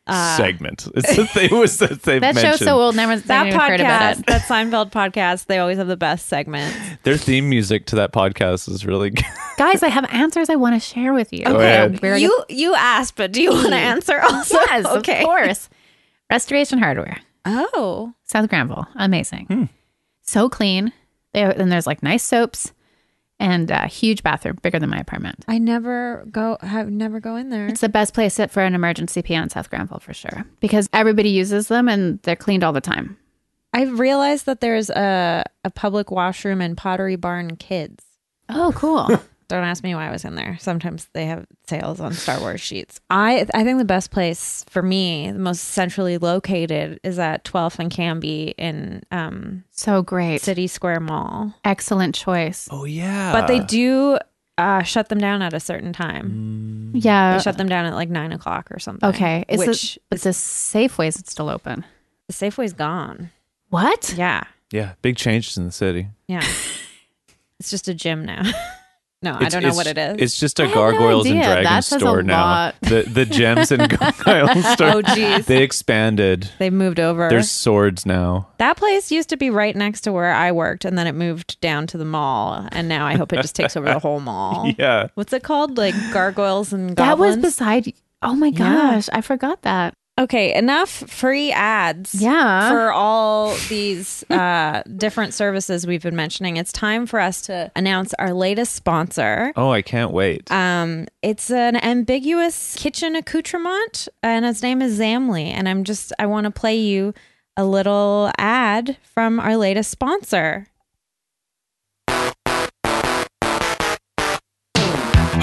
It's the thing, it was that they That mentioned. show's so old. Never that that heard about podcast, it. that Seinfeld podcast, they always have the best segments. Their theme music to that podcast is really good. Guys, I have answers I want to share with you. Um, ahead. We're gonna- You you asked, but do you want to answer also? yes, okay. of course. Restoration Hardware. Oh, South Granville. Amazing. So clean. There and there's like nice soaps and a huge bathroom bigger than my apartment. I never go. Have never go in there. It's the best place for an emergency pee on South Granville for sure because everybody uses them and they're cleaned all the time. I realized that there's a a public washroom in Pottery Barn Kids. Oh, cool. Don't ask me why I was in there. Sometimes they have sales on Star Wars sheets. I I think the best place for me, the most centrally located, is at 12th and Canby in um, so great. City Square Mall. Excellent choice. Oh, yeah. But they do uh, shut them down at a certain time. Yeah. Mm. They shut them down at like nine o'clock or something. Okay. It's which which, but the Safeways it's still open. the Safeway's gone. What? Yeah, Yeah, big changes in the city. yeah. it's just a gym now. no, I don't know what it is. It's just a had no gargoyles and idea. dragons That says a store now. lot. The the gems and gargoyles store. oh geez, They expanded. they moved over. There's swords now. That place used to be right next to where I worked, and then it moved down to the mall, and now I hope it just takes over the whole Oh. mall. Yeah. What's it called? Like gargoyles and That goblins. was beside Oh my gosh, I forgot that. okay. Enough free ads. Yeah. For all these uh, different services we've been mentioning, it's time for us to announce our latest sponsor. Oh, I can't wait. Uh. Um, it's an ambiguous kitchen accoutrement, and its name is Zamly. And I'm just, I want to play you a little ad from our latest sponsor.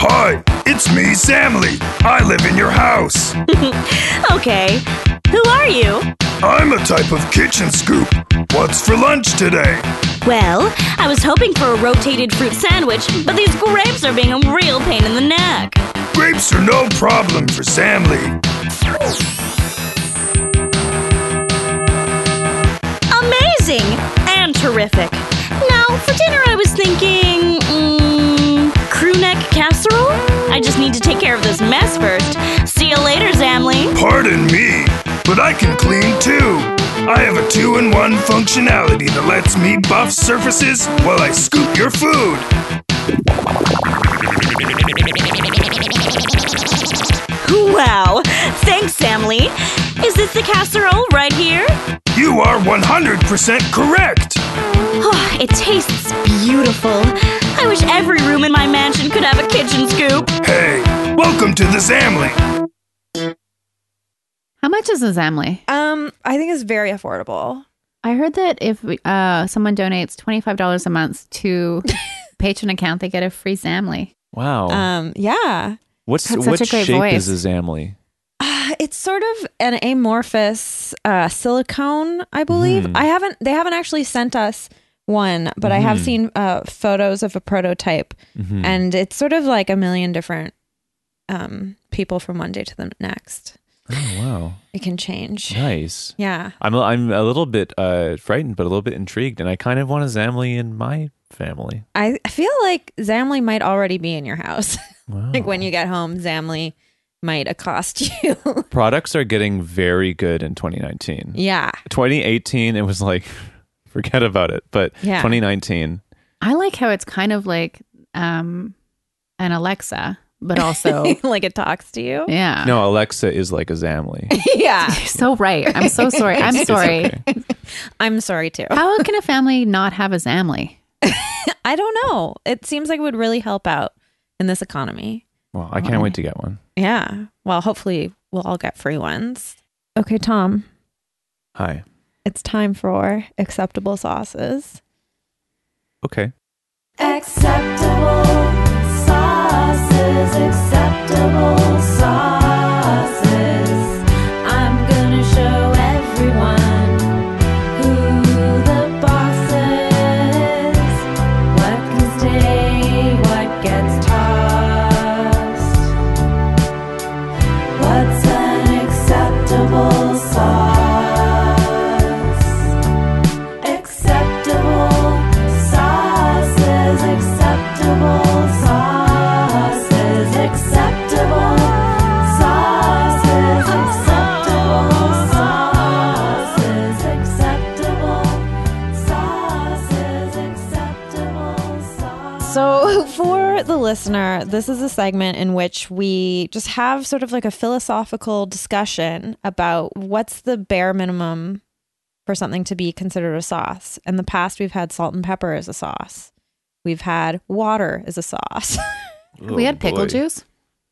Hi, it's me, Samly. I live in your house. Okay. Who are you? I'm a type of kitchen scoop. What's for lunch today? Well, I was hoping for a rotated fruit sandwich, but these grapes are being a real pain in the neck. Grapes are no problem for Samly. Amazing and terrific. Now, for dinner, I was thinking. Mm, crew neck casserole? I just need to take care of this mess first. See you later, Zamly. Pardon me, but I can clean too. I have a two in one functionality that lets me buff surfaces while I scoop your food. Wow. Thanks, Zamly. Is this the casserole right here? You are 100% correct. Oh, it tastes beautiful. I wish every room in my mansion could have a kitchen scoop. Hey, welcome to the Zamly. How much is a Zamly? Um, I think it's very affordable. I heard that if uh, someone donates twenty five dollars a month to patron account, they get a free Zamly. Wow. Um, yeah. What's Uh, that's what such a great shape voice. is a Zamly? Uh, It's sort of an amorphous uh, silicone, I believe. I haven't. They haven't actually sent us one, but I have seen uh, photos of a prototype, and it's sort of like a million different um, people from one day to the next. Oh, wow. It can change. Nice. Yeah. I'm a, I'm a little bit uh, frightened, but a little bit intrigued, and I kind of want a Zamly in my family. I I feel like Zamly might already be in your house. Wow. like when you get home, Zamly might accost you. Products are getting very good in 2019. yeah. 2018, it was like, forget about it. But Yeah. 2019, I like how it's kind of like um, an Alexa, but also, like it talks to you. yeah. no, Alexa is like a Zamly. yeah. You're so right. I'm so sorry. I'm It's sorry. okay. I'm sorry too. How can a family not have a Zamly? I don't know. It seems like it would really help out in this economy. Well, I can't wait to get one. Yeah. Well, hopefully we'll all get free ones. Okay, Tom, Hi. it's time for acceptable sauces. Okay. So, for the listener, this is a segment in which we just have sort of like a philosophical discussion about what's the bare minimum for something to be considered a sauce. In the past, we've had salt and pepper as a sauce, we've had water as a sauce. we had pickle Oh, boy. juice.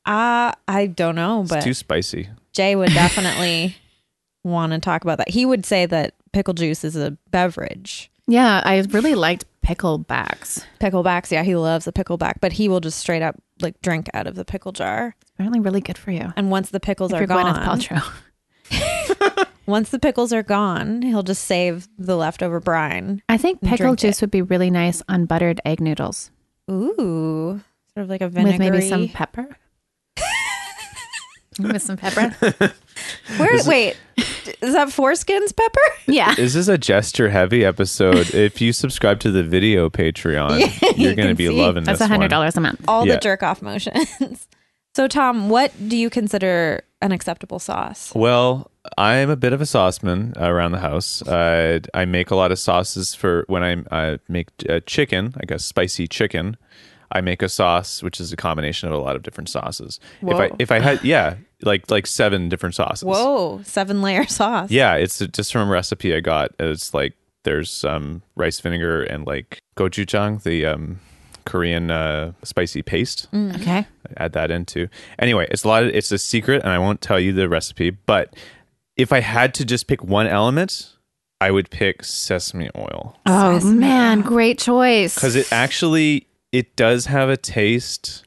Uh, I don't know, It's but too spicy. Jay would definitely want to talk about that. He would say that pickle juice is a beverage. Yeah, I really liked picklebacks. Picklebacks, yeah, he loves a pickleback, but he will just straight up like drink out of the pickle jar. Apparently, really good for you. And once the pickles If are you're Gwyneth gone, Paltrow. once the pickles are gone, he'll just save the leftover brine. I think And pickle drink juice would be really nice on buttered egg noodles Ooh, sort of like a vinegary. with maybe some pepper. with some pepper. Where, wait, is that foreskins pepper? Yeah. This is a gesture heavy episode. if you subscribe to the video Patreon, you're going to can be see. loving That's this. one. hundred dollars a month. All Yeah. the jerk off motions. So, Tom, what do you consider an acceptable sauce? Well, I'm a bit of a sauceman around the house. Uh, I make a lot of sauces for when I uh, make uh, chicken, like a spicy chicken. I make a sauce which is a combination of a lot of different sauces. If I Whoa. if I had yeah, like like seven different sauces. Whoa, seven layer sauce. Yeah, it's just from a recipe I got. It's like there's um, rice vinegar and like gochujang, the um, Korean uh, spicy paste Mm. Mm-hmm. Okay. add that into. Anyway, it's a lot. Of, it's a secret, and I won't tell you the recipe. But if I had to just pick one element, I would pick sesame oil Oh man, great choice. because it actually it does have a taste,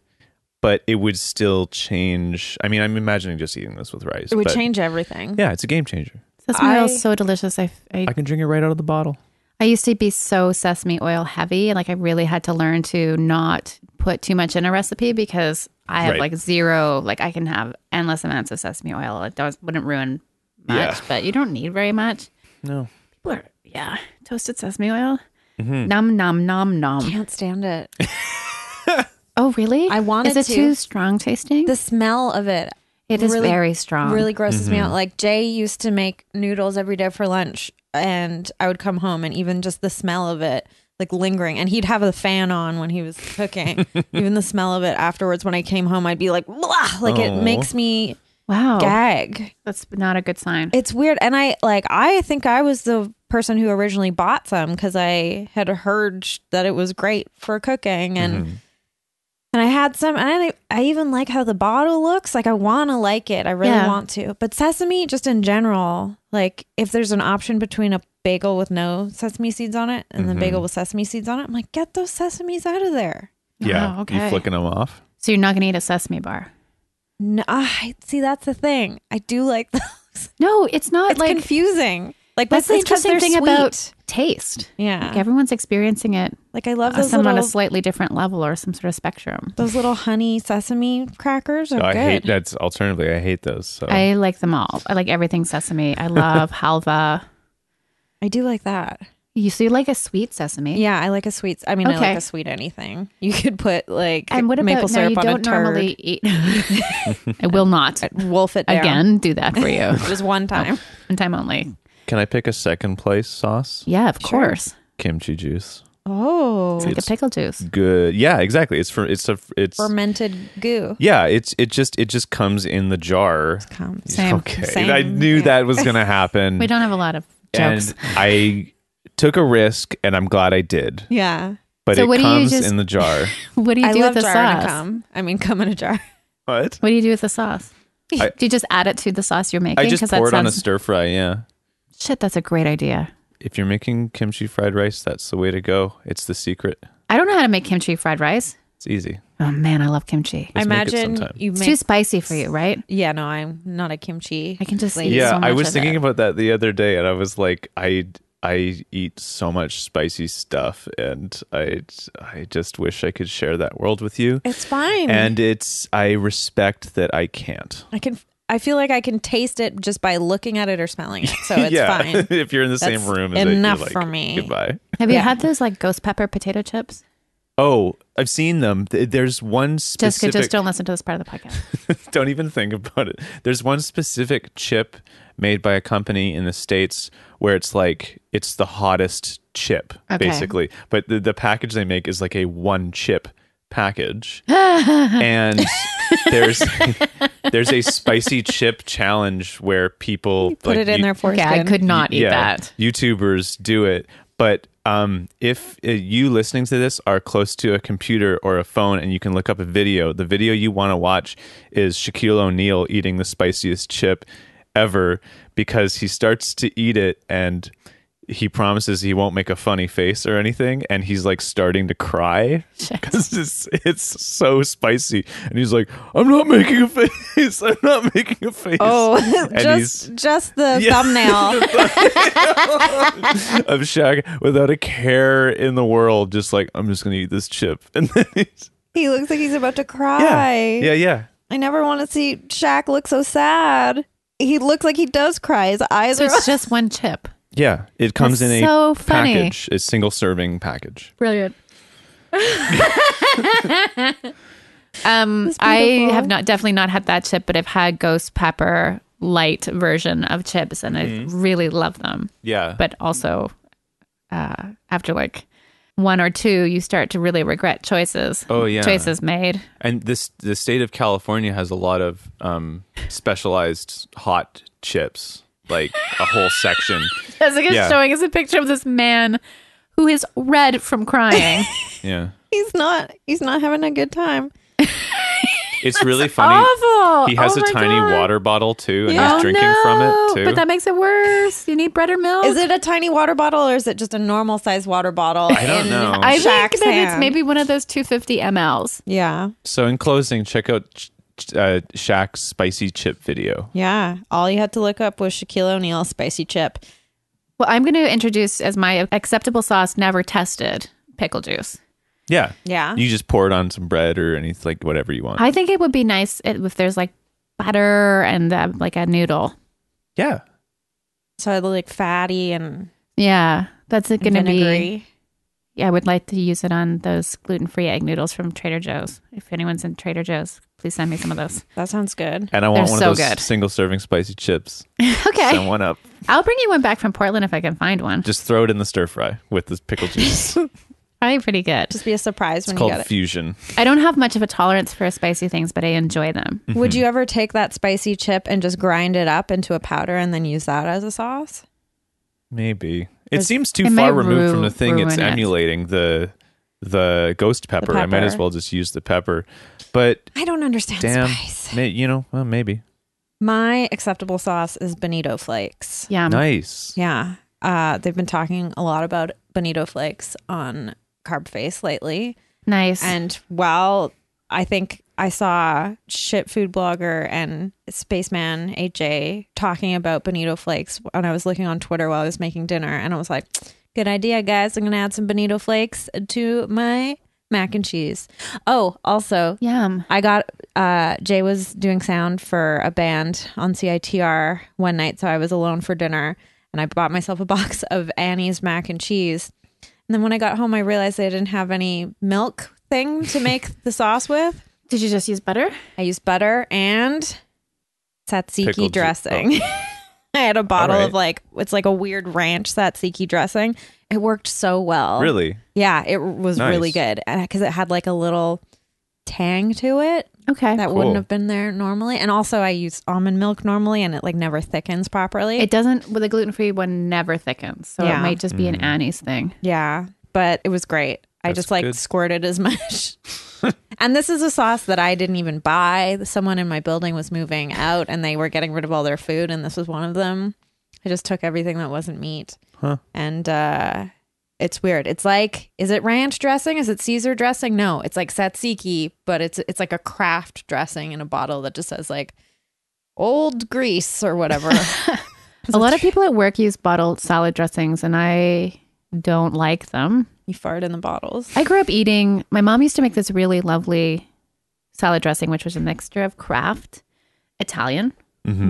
but it would still change. I mean, I'm imagining just eating this with rice. It would but change everything. Yeah, it's a game changer. sesame oil I- is so delicious. I, I I can drink it right out of the bottle. I used to be so sesame oil heavy, and like I really had to learn to not put too much in a recipe because I have Right. like zero. Like I can have endless amounts of sesame oil. It does wouldn't ruin much, Yeah. but you don't need very much. No. Mm-hmm. People are yeah, toasted sesame oil. Nom nom nom nom. Can't stand it. Oh really? I wanted Is it to. too strong tasting? The smell of it it is really- very strong. really grosses me mm-hmm. out. Like Jay used to make noodles every day for lunch, and I would come home, and even just the smell of it, like lingering, and he'd have a fan on when he was cooking. even the smell of it afterwards, when I came home, I'd be like, "Blah!" Like Oh. it makes me wow. gag. That's not a good sign. It's weird. And I like I think I was the person who originally bought some because I had heard sh- that it was great for cooking and and I had some and I I even like how the bottle looks. Like I wanna like it. I really Yeah. want to. But sesame just in general, like if there's an option between a bagel with no sesame seeds on it and the bagel with sesame seeds on it, I'm like, get those sesames out of there. Yeah. Oh, You okay. flicking them off? so you're not gonna eat a sesame ah, bar. No, I see that's the thing. I do like those. No, it's not It's like confusing. Like That's that's, the that's 'cause interesting they're thing sweet. about taste. yeah. Like everyone's experiencing it Like I love uh, those some on a little slightly different level or some sort of spectrum. those little honey sesame crackers are Oh, I good. hate that's alternatively. I hate those. So Oh, I like them all. I like everything sesame. I love halva. I do like that. You so you like a sweet sesame. Yeah, I like a sweet. I mean, I Okay. like a sweet anything. You could put like And what about maple syrup now? on You don't a turd. normally eat. I will not wolf it down. again do that for you. just one time. One time only. can I pick a second place sauce? Yeah, of course. Kimchi juice. Oh, Like a pickle juice. Good. Yeah, exactly. It's for it's a it's fermented goo. yeah. It's it just it just comes in the jar. Come. Same. Okay, Same. I knew that was gonna happen. We don't have a lot of jokes. and I took a risk, and I'm glad I did. Yeah, But So it what do you comes just- in the jar. what do you I do with love the jar sauce? and a cum. I mean, cum in a jar. what? What do you do with the sauce? I- do you just add it to the sauce you're making? I just 'Cause that pour it on a sounds- stir fry. Yeah. Shit, that's a great idea. If you're making kimchi fried rice, that's the way to go. It's the secret. I don't know how to make kimchi fried rice. It's easy. Oh man, I love kimchi. I Let's make it imagine sometime. you It's too make. spicy for you, right? Yeah, no, I'm not a kimchi. I can just lady. eat yeah so i much was of thinking it. about that the other day and i was like i i eat so much spicy stuff and i i just wish i could share that world with you It's fine. and it's i respect that i can't I can. I feel like I can taste it just by looking at it or smelling it, so it's yeah fine. if you're in the same That's room as it, you're enough like, for me. goodbye Have you Yeah. had those like ghost pepper potato chips? oh i've seen them Th- there's one specific Jessica, just don't listen to this part of the podcast. don't even think about it. There's one specific chip made by a company in the states where it's like it's the hottest chip Okay. basically, but the, the package they make is like a one chip package, and there's there's a spicy chip challenge where people Put it in there there for Yeah, I could not eat that. YouTubers do it. But um, if uh, you listening to this are close to a computer or a phone and you can look up a video, the video you want to watch is Shaquille O'Neal eating the spiciest chip ever because he starts to eat it and he promises he won't make a funny face or anything and he's like starting to cry because it's, it's so spicy and he's like i'm not making a face i'm not making a face Oh, And he's- just just the Yeah. thumbnail. of Shaq without a care in the world, just like I'm just gonna eat this chip, and then he's, he looks like he's about to yeah, cry. yeah, yeah. I never want to see Shaq look so sad. He looks like he does cry. His eyes So are. it's just one chip. Yeah, it comes That's in a so funny. package, a single serving package. Brilliant. um, That's I beautiful. have not definitely not had that chip, but I've had ghost pepper light version of chips, and Mm-hmm. I really love them. Yeah, But also, uh, after like one or two, you start to really regret choices. Oh, yeah. choices made. and this the state of California has a lot of um, specialized hot chips, like a whole section. Jessica's Yeah. showing us a picture of this man who is red from crying. Yeah, he's not. He's not having a good time. it's really funny. awful. He has Oh a my tiny God. water bottle too, and Oh, he's drinking from no. it too. but that makes it worse. You need bread or milk. Is it a tiny water bottle or is it just a normal size water bottle? I don't know. I Shaq's think that it's hand? maybe one of those 250 mls. Yeah, so in closing, check out Ch- Ch- uh, Shaq's spicy chip video. yeah. All you had to look up was Shaquille O'Neal spicy chip. Well, I'm going to introduce as my acceptable sauce never tested pickle juice. Yeah. Yeah. You just pour it on some bread or anything, like whatever you want. I think it would be nice if if there's like butter and uh, like a noodle. yeah. So I like fatty and Yeah, that's going to be. vinegary. Yeah, I would like to use it on those gluten-free egg noodles from Trader Joe's. If anyone's in Trader Joe's, please send me some of those. That sounds good. And I want They're one so of those good. single serving spicy chips. Okay, Send one up. I'll bring you one back from Portland if I can find one. Just throw it in the stir fry with this pickle juice. it's Probably pretty good. Just be a surprise when you called get it. fusion. I don't have much of a tolerance for spicy things, but I enjoy them. Mm-hmm. Would you ever take that spicy chip and just grind it up into a powder and then use that as a sauce? Maybe. It seems it too may far removed from ru- the thing it's ruin it. emulating, the the ghost pepper. I might as pepper. well just use the pepper. But I don't understand damn, spice. may, you know, well, maybe. My acceptable sauce is bonito flakes. Yeah, nice. Yeah. Uh, they've been talking a lot about bonito flakes on Carb Face lately. nice. And while I think I saw shit food blogger and spaceman AJ talking about bonito flakes when I was looking on Twitter while I was making dinner, and I was like, "Good idea, guys! I'm gonna add some bonito flakes to my mac and cheese." Oh, also, Yum. I got uh Jay was doing sound for a band on CITR one night, so I was alone for dinner and I bought myself a box of Annie's mac and cheese. And then when I got home I realized I didn't have any milk thing to make the sauce with. Did you just use butter? I used butter and tzatziki Pickled ju- dressing. I had a bottle All of right. like it's like a weird ranch tzatziki dressing. It worked so well. Really? Yeah, it was Nice. really good because it had like a little tang to it Okay. that wouldn't Cool. have been there normally. And also, I use almond milk normally, and it like never thickens properly. it doesn't, well, the gluten free one never thickens. So Yeah. it might just be Mm. an Annie's thing. yeah, but it was great. I That's just like good. squirted as much. and this is a sauce that I didn't even buy. Someone in my building was moving out, and they were getting rid of all their food, and this was one of them. I just took everything that wasn't meat, Huh. and uh, it's weird. It's like, is it ranch dressing? Is it Caesar dressing? No, it's like tzatziki, but it's it's like a craft dressing in a bottle that just says like old Greece or whatever. A lot of people at work use bottled salad dressings, and I don't like them. You fart in the bottles. I grew up eating, my mom used to make this really lovely salad dressing, which was a mixture of Kraft Italian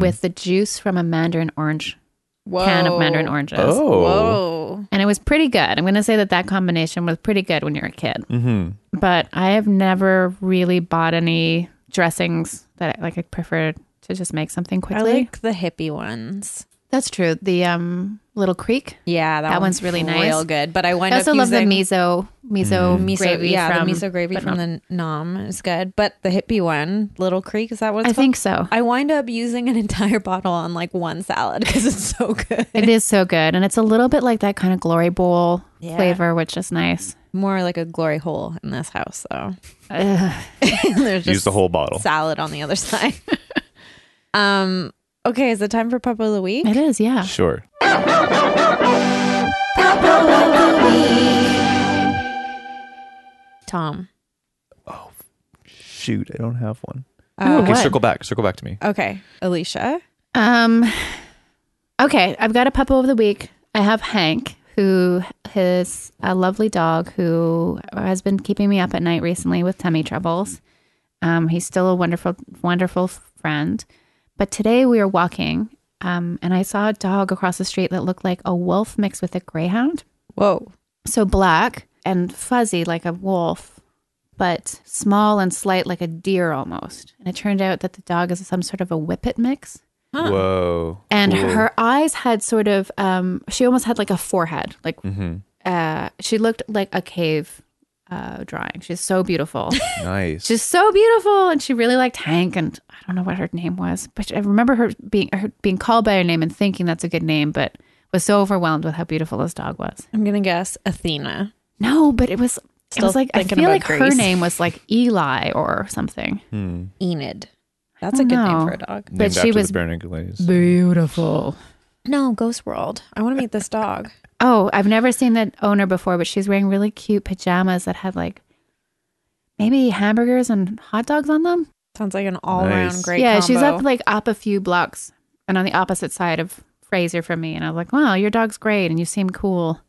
with the juice from a mandarin orange Whoa. can of mandarin oranges. Oh. Whoa. And it was pretty good. I'm going to say that that combination was pretty good when you're a kid. Mm-hmm. But I have never really bought any dressings that I, like I prefer to just make something I quickly. like the hippie ones. That's true. The um, Little Creek. Yeah, that, That one's really Real nice. good, but I wind I also up love the using miso miso miso. gravy. yeah, from, the miso gravy but from not- the nom is good, but the hippie one, Little Creek, is that what it's I called? think so. I wind up using an entire bottle on like one salad because it's so good. It is so good, and it's a little bit like that kind of glory bowl Yeah. flavor, which is nice. More like a glory hole in this house, though. Ugh. There's Use the whole bottle. salad on the other side. um. Okay, is it time for Papa of the Week? It is, yeah. Sure. Tom. Shoot, I don't have one. Ooh, Okay, Oh, what? circle back. Circle back to me. Okay, Alicia. Um, okay, I've got a pup of the week. I have Hank, who is a lovely dog who has been keeping me up at night recently with tummy troubles. Um, he's still a wonderful, wonderful friend. But today we were walking, um, and I saw a dog across the street that looked like a wolf mixed with a greyhound. Whoa. So black and fuzzy like a wolf, but small and slight like a deer almost. And it turned out that the dog is some sort of a whippet mix Whoa. and her eyes had sort of um she almost had like a forehead like uh she looked like a cave uh drawing she's so beautiful Nice. she's so beautiful and she really liked hank and i don't know what her name was but i remember her being her being called by her name and thinking that's a good name but was so overwhelmed with how beautiful this dog was I'm gonna guess Athena. no but it was Still it was like i thinking feel about like her Greece. name was like eli or something Enid. That's a good know. name for a dog. Named but she after was- the Bernagliese. beautiful No, Ghost World. I want to meet this dog. Oh, I've never seen that owner before, but she's wearing really cute pajamas that had like maybe hamburgers and hot dogs on them. Sounds like an all around Nice. great. yeah, she's combo. up like up a few blocks and on the opposite side of Fraser from me. And I was like, wow, your dog's great and you seem cool.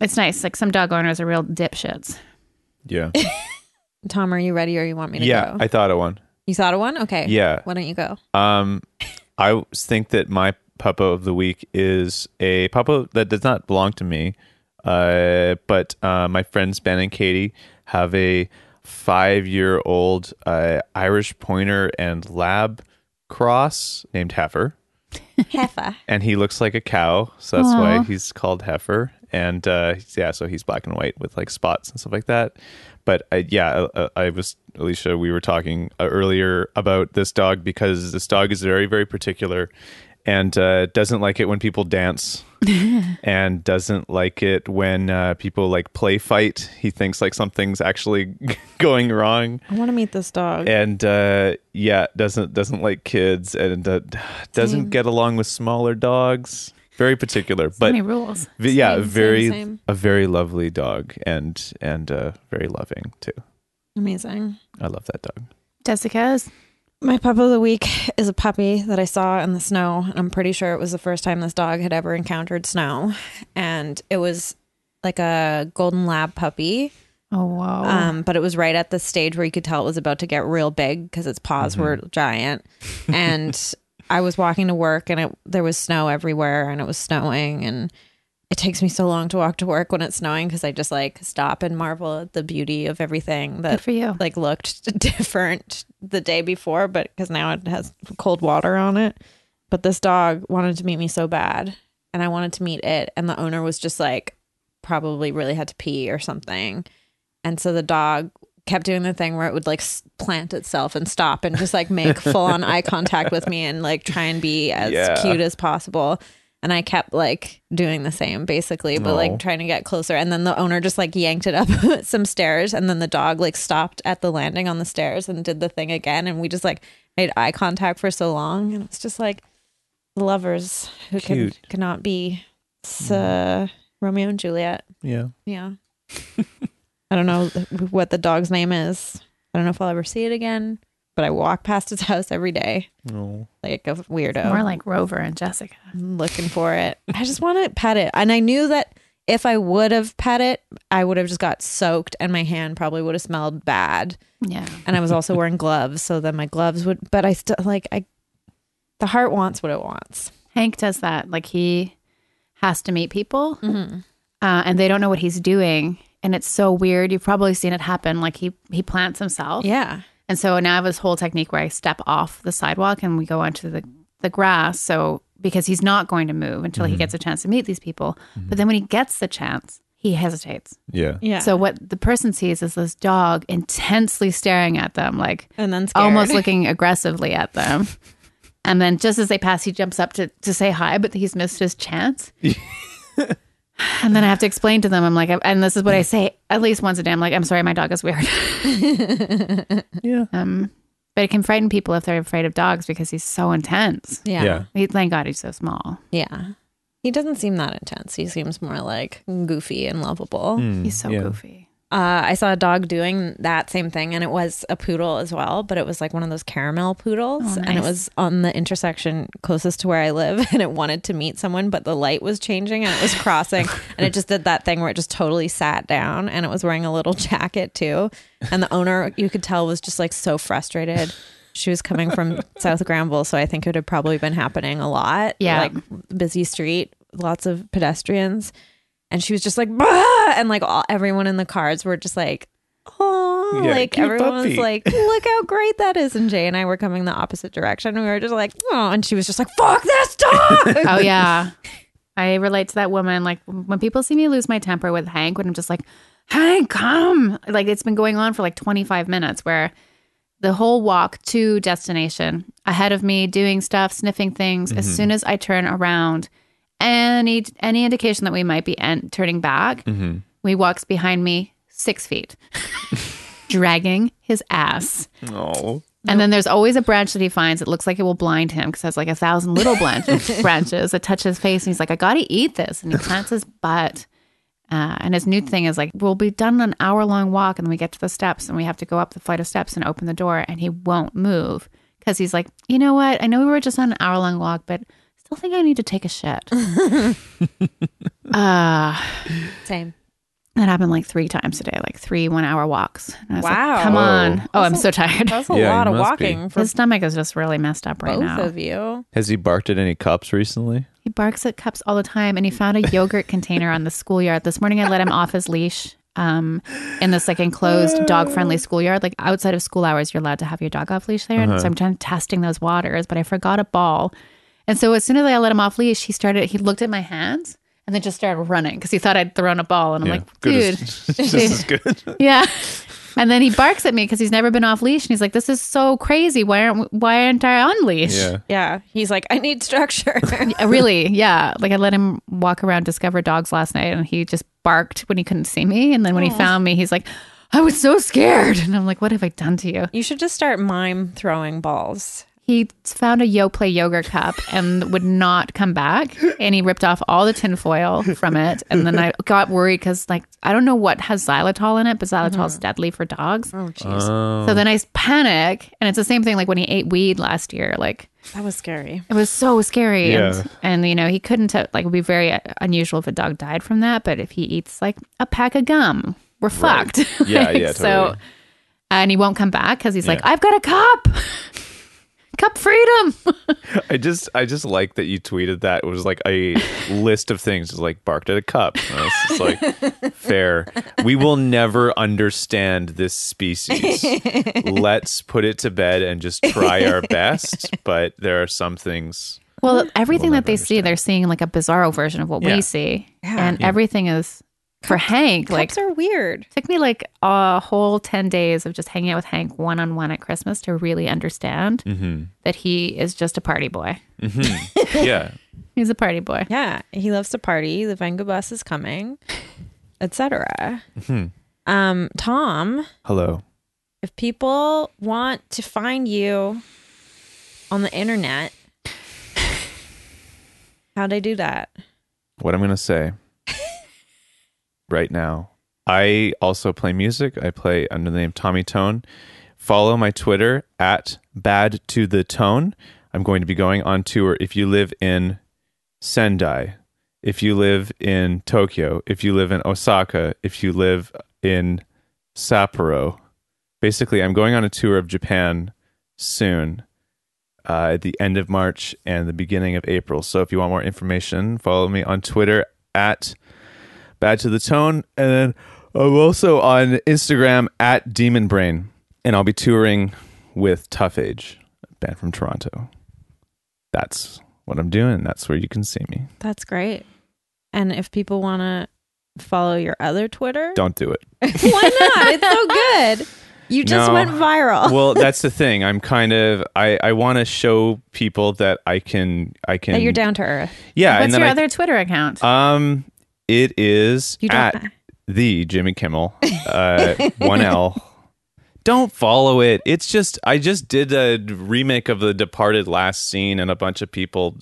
It's nice. Like some dog owners are real dipshits. Yeah. Tom, are you ready or you want me to yeah. go? I thought of one. you thought of one? Okay. Yeah. Why don't you go? Um, I w- think that my puppo of the week is a puppo that does not belong to me, uh, but uh, my friends Ben and Katie have a five-year-old uh, Irish Pointer and Lab Cross named Heifer Heffa. and he looks like a cow, so that's Aw. why he's called Heifer. And uh, yeah, so he's black and white with like spots and stuff like that. But I, yeah, I, I was Alicia. We were talking uh, earlier about this dog because this dog is very, very particular, and uh, doesn't like it when people dance, and doesn't like it when uh, people like play fight. He thinks like something's actually going wrong I want to meet this dog. and uh, yeah, doesn't doesn't like kids and uh, doesn't get along with smaller dogs. Very particular, but Any rules? v- yeah, Same, same, very same. a very lovely dog and and uh, very loving too. Amazing. I love that dog. Jessica's. My pup of the week is a puppy that I saw in the snow. and I'm pretty sure it was the first time this dog had ever encountered snow. And it was like a golden lab puppy. Oh, whoa. Um, but it was right at the stage where you could tell it was about to get real big because its paws were giant. And I was walking to work and it there was snow everywhere and it was snowing and it takes me so long to walk to work when it's snowing because I just like stop and marvel at the beauty of everything that Good for you. like looked different the day before, but because now it has cold water on it. But this dog wanted to meet me so bad, and I wanted to meet it. And the owner was just like, probably really had to pee or something. And so the dog kept doing the thing where it would like s- plant itself and stop and just like make full on eye contact with me and like try and be as Yeah. cute as possible. And I kept like doing the same basically, but Aw. like trying to get closer. And then the owner just like yanked it up some stairs. And then the dog like stopped at the landing on the stairs and did the thing again. And we just like made eye contact for so long. And it's just like lovers who can, Cute. cannot be s- uh, Romeo and Juliet. Yeah. Yeah. I don't know what the dog's name is. I don't know if I'll ever see it again, but I walk past its house every day Oh. like a weirdo More like Rover and Jessica. looking for it. I just want to pet it. And I knew that if I would have pet it, I would have just got soaked and my hand probably would have smelled bad. Yeah. And I was also wearing gloves, so then my gloves would but I still like I the heart wants what it wants. Hank does that. Like he has to meet people Mm-hmm. uh, and they don't know what he's doing. And it's so weird. You've probably seen it happen. Like he, he plants himself. Yeah. And so now I have this whole technique where I step off the sidewalk and we go onto the, the grass. So because he's not going to move until he gets a chance to meet these people. But then when he gets the chance, he hesitates. Yeah. Yeah. So what the person sees is this dog intensely staring at them, like and then scared. almost looking aggressively at them. And then just as they pass, he jumps up to, to say hi, but he's missed his chance. and then I have to explain to them, I'm like, and this is what I say at least once a day. I'm like, I'm sorry, my dog is weird. Yeah. Um, but it can frighten people if they're afraid of dogs because he's so intense. Yeah. Yeah. Yeah. He, thank God he's so small. He doesn't seem that intense. He seems more like goofy and lovable. He's so yeah. goofy. Uh, I saw a dog doing that same thing, and it was a poodle as well, but it was like one of those caramel poodles, Oh, and it nice. was on the intersection closest to where I live, and it wanted to meet someone, but the light was changing and it was crossing, and it just did that thing where it just totally sat down, and it was wearing a little jacket too, and the owner you could tell was just like so frustrated. She was coming from South Granville, so I think it had probably been happening a lot. Yeah. like busy street, lots of pedestrians and she was just like bah! and like all, everyone in the cars were just like oh Yeah, like cute everyone was puppy. like look how great that is and jay and i were coming the opposite direction we were just like oh and she was just like fuck this dog Oh, yeah. I relate to that woman. Like when people see me lose my temper with Hank, when I'm just like, Hank, come. Like it's been going on for like 25 minutes where the whole walk to destination ahead of me doing stuff, sniffing things. As soon as I turn around, any any indication that we might be en- turning back, he walks behind me six feet, dragging his ass. Oh. And then there's always a branch that he finds. It looks like it will blind him because has like a thousand little branch- branches that touch his face. And he's like, I got to eat this. And he plants his butt. Uh, and his new thing is like, we'll be done an hour long walk. And then we get to the steps and we have to go up the flight of steps and open the door. And he won't move because he's like, you know what? I know we were just on an hour long walk, but I still think I need to take a shit. uh, same that happened like three times a day, like three one hour walks. And I was like, Wow. Come on. Whoa. Oh, I'm so tired. that's a Yeah, lot you of must be. walking for His stomach is just really messed up right both now. of you Has he barked at any cups recently? He barks at cups all the time, and he found a yogurt container on the schoolyard. This morning, I let him off his leash um, in this like Oh. enclosed dog-friendly schoolyard. Like outside of school hours, you're allowed to have your dog off leash there. Uh-huh. And so I'm trying testing those waters, but I forgot a ball. And so as soon as I let him off leash, he started. He looked at my hands and then just started running because he thought I'd thrown a ball. And I'm like, Good dude, as- this is good. yeah. And then he barks at me because he's never been off leash, and he's like, "This is so crazy. Why aren't why aren't I on leash?" Yeah. yeah he's like i need structure Uh, really yeah like i let him walk around discover dogs last night and he just barked when he couldn't see me and then when he found me he's like i was so scared and i'm like what have i done to you you should just start mime throwing balls He found a Yo Play yogurt cup and would not come back. And he ripped off all the tinfoil from it. And then I got worried because, like, I don't know what has xylitol in it, but xylitol is deadly for dogs. Uh-huh. Oh, jeez. So then I panic. And it's the same thing like when he ate weed last year. Like, that was scary. it was so scary. Yeah. And, and, you know, he couldn't, have- like, it would be very uh, unusual if a dog died from that. But if he eats, like, a pack of gum, we're fucked. Yeah, Like, yeah, So, totally. and he won't come back because he's like, Yeah. I've got a cup. cup freedom. I just I just like that you tweeted that it was like a list of things. It's like barked at a cup. And I was just like fair. We will never understand this species. Let's put it to bed and just try our best. But there are some things. Well, everything that they see, they're seeing like a bizarro version of what Yeah. we see. And everything is for Hank. Like, Cups are weird. took me like a whole 10 days of just hanging out with Hank one on one at Christmas to really understand Mm-hmm. that he is just a party boy. Yeah, He's a party boy. Yeah, he loves to party. The Venga bus is coming, etc. Mm-hmm. Um, Tom, Hello. if people want to find you on the internet, how do they do that? What I'm going to say right now. I also play music. I play under the name Tommy Tone. Follow my Twitter at bad to the tone. I'm going to be going on tour if you live in Sendai, if you live in Tokyo, if you live in Osaka, if you live in Sapporo. Basically, I'm going on a tour of Japan soon uh, at the end of March and the beginning of April. So if you want more information, follow me on Twitter at Bad to the Tone. And then I'm also on Instagram at Demon Brain. And I'll be touring with Tough Age, a band from Toronto. That's what I'm doing. That's where you can see me. That's great. And if people want to follow your other Twitter, Don't do it. why not? It's so good. You just No. went viral. well, that's the thing. I'm kind of I, I want to show people that I can I can that you're down to earth. Yeah, What's and then your I, other Twitter account? Um, it is You don't- at the Jimmy Kimmel, uh, one L. Don't follow it. It's just I just did a remake of the Departed last scene, and a bunch of people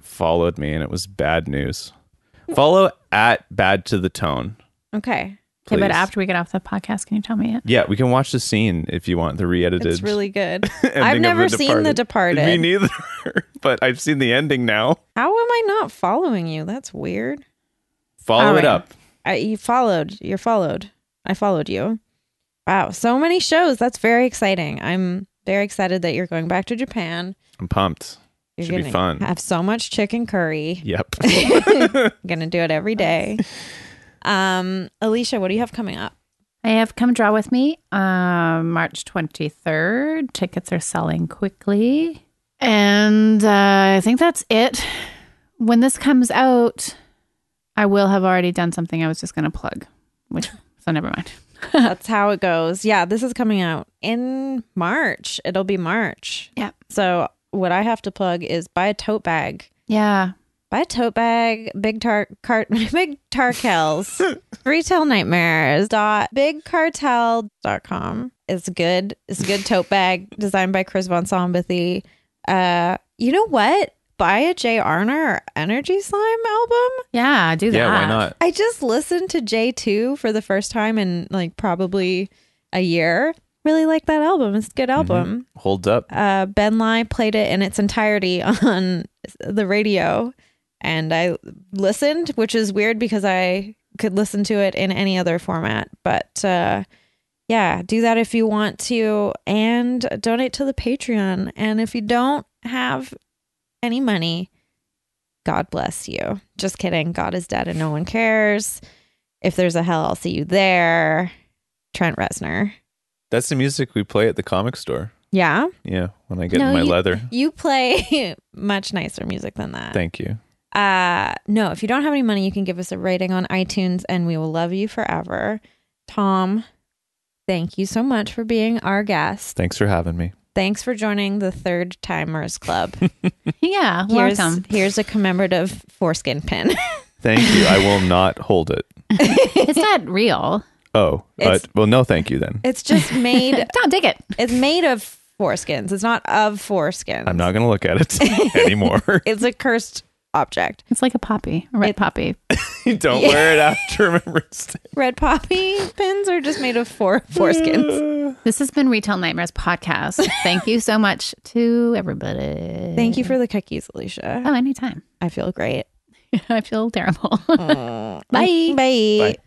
followed me, and it was bad news. Follow at bad to the tone. Okay. okay, but please. after we get off the podcast, can you tell me it? Yeah, we can watch the scene if you want the re-edited. It's really good. ending I've of never seen The Departed. Me neither, but I've seen the ending now. How am I not following you? That's weird. Follow All right. it up. I, you followed. You're followed. I followed you. Wow, so many shows. That's very exciting. I'm very excited that you're going back to Japan. I'm pumped. You're Should be gonna fun. Have so much chicken curry. Yep. I'm gonna do it every day. Um, Alicia, what do you have coming up? I have Come Draw With Me uh, March 23rd. Tickets are selling quickly. And uh, I think that's it. When this comes out, I will have already done something I was just going to plug, which, so never mind. That's how it goes. Yeah, this is coming out in March. It'll be March. Yeah. So what I have to plug is buy a tote bag. Yeah. Buy a tote bag, big tar cart big tarkels, retail nightmares dot bigcartel dot com. It's good. It's a good tote bag designed by Chris Von Sombathy. Uh you know what? Buy a Jay Arner Energy Slime album. Yeah. Do that. yeah, why not? I just listened to J2 for the first time in like probably a year. Really like that album. It's a good album. Holds up. Uh, ben Lai played it in its entirety on the radio. And I listened, which is weird because I could listen to it in any other format. But uh, yeah, do that if you want to and donate to the Patreon. And if you don't have any money, God bless you. Just kidding. God is dead and no one cares. If there's a hell, I'll see you there. Trent Reznor. That's the music we play at the comic store. Yeah. Yeah, when I get No, in my you- leather. You play much nicer music than that. Thank you. Uh, no, if you don't have any money, you can give us a rating on iTunes and we will love you forever. Tom, thank you so much for being our guest. Thanks for having me. Thanks for joining the Third Timers Club. Yeah. Here's, Welcome. here's a commemorative foreskin pin. Thank you. I will not hold it. it's not real. Oh, uh, It's- well, no, thank you then. It's just made Don't take it. it's made of foreskins. It's not of foreskins. I'm not going to look at it anymore. It's a cursed object. It's like a poppy, a red poppy. Don't wear it after Remembrance Day. Red poppy pins are just made of four foreskins. This has been Retail Nightmares podcast. Thank you so much to everybody. Thank you for the cookies, Alicia. Oh, anytime. I feel great. I feel terrible. Bye. Bye. Bye.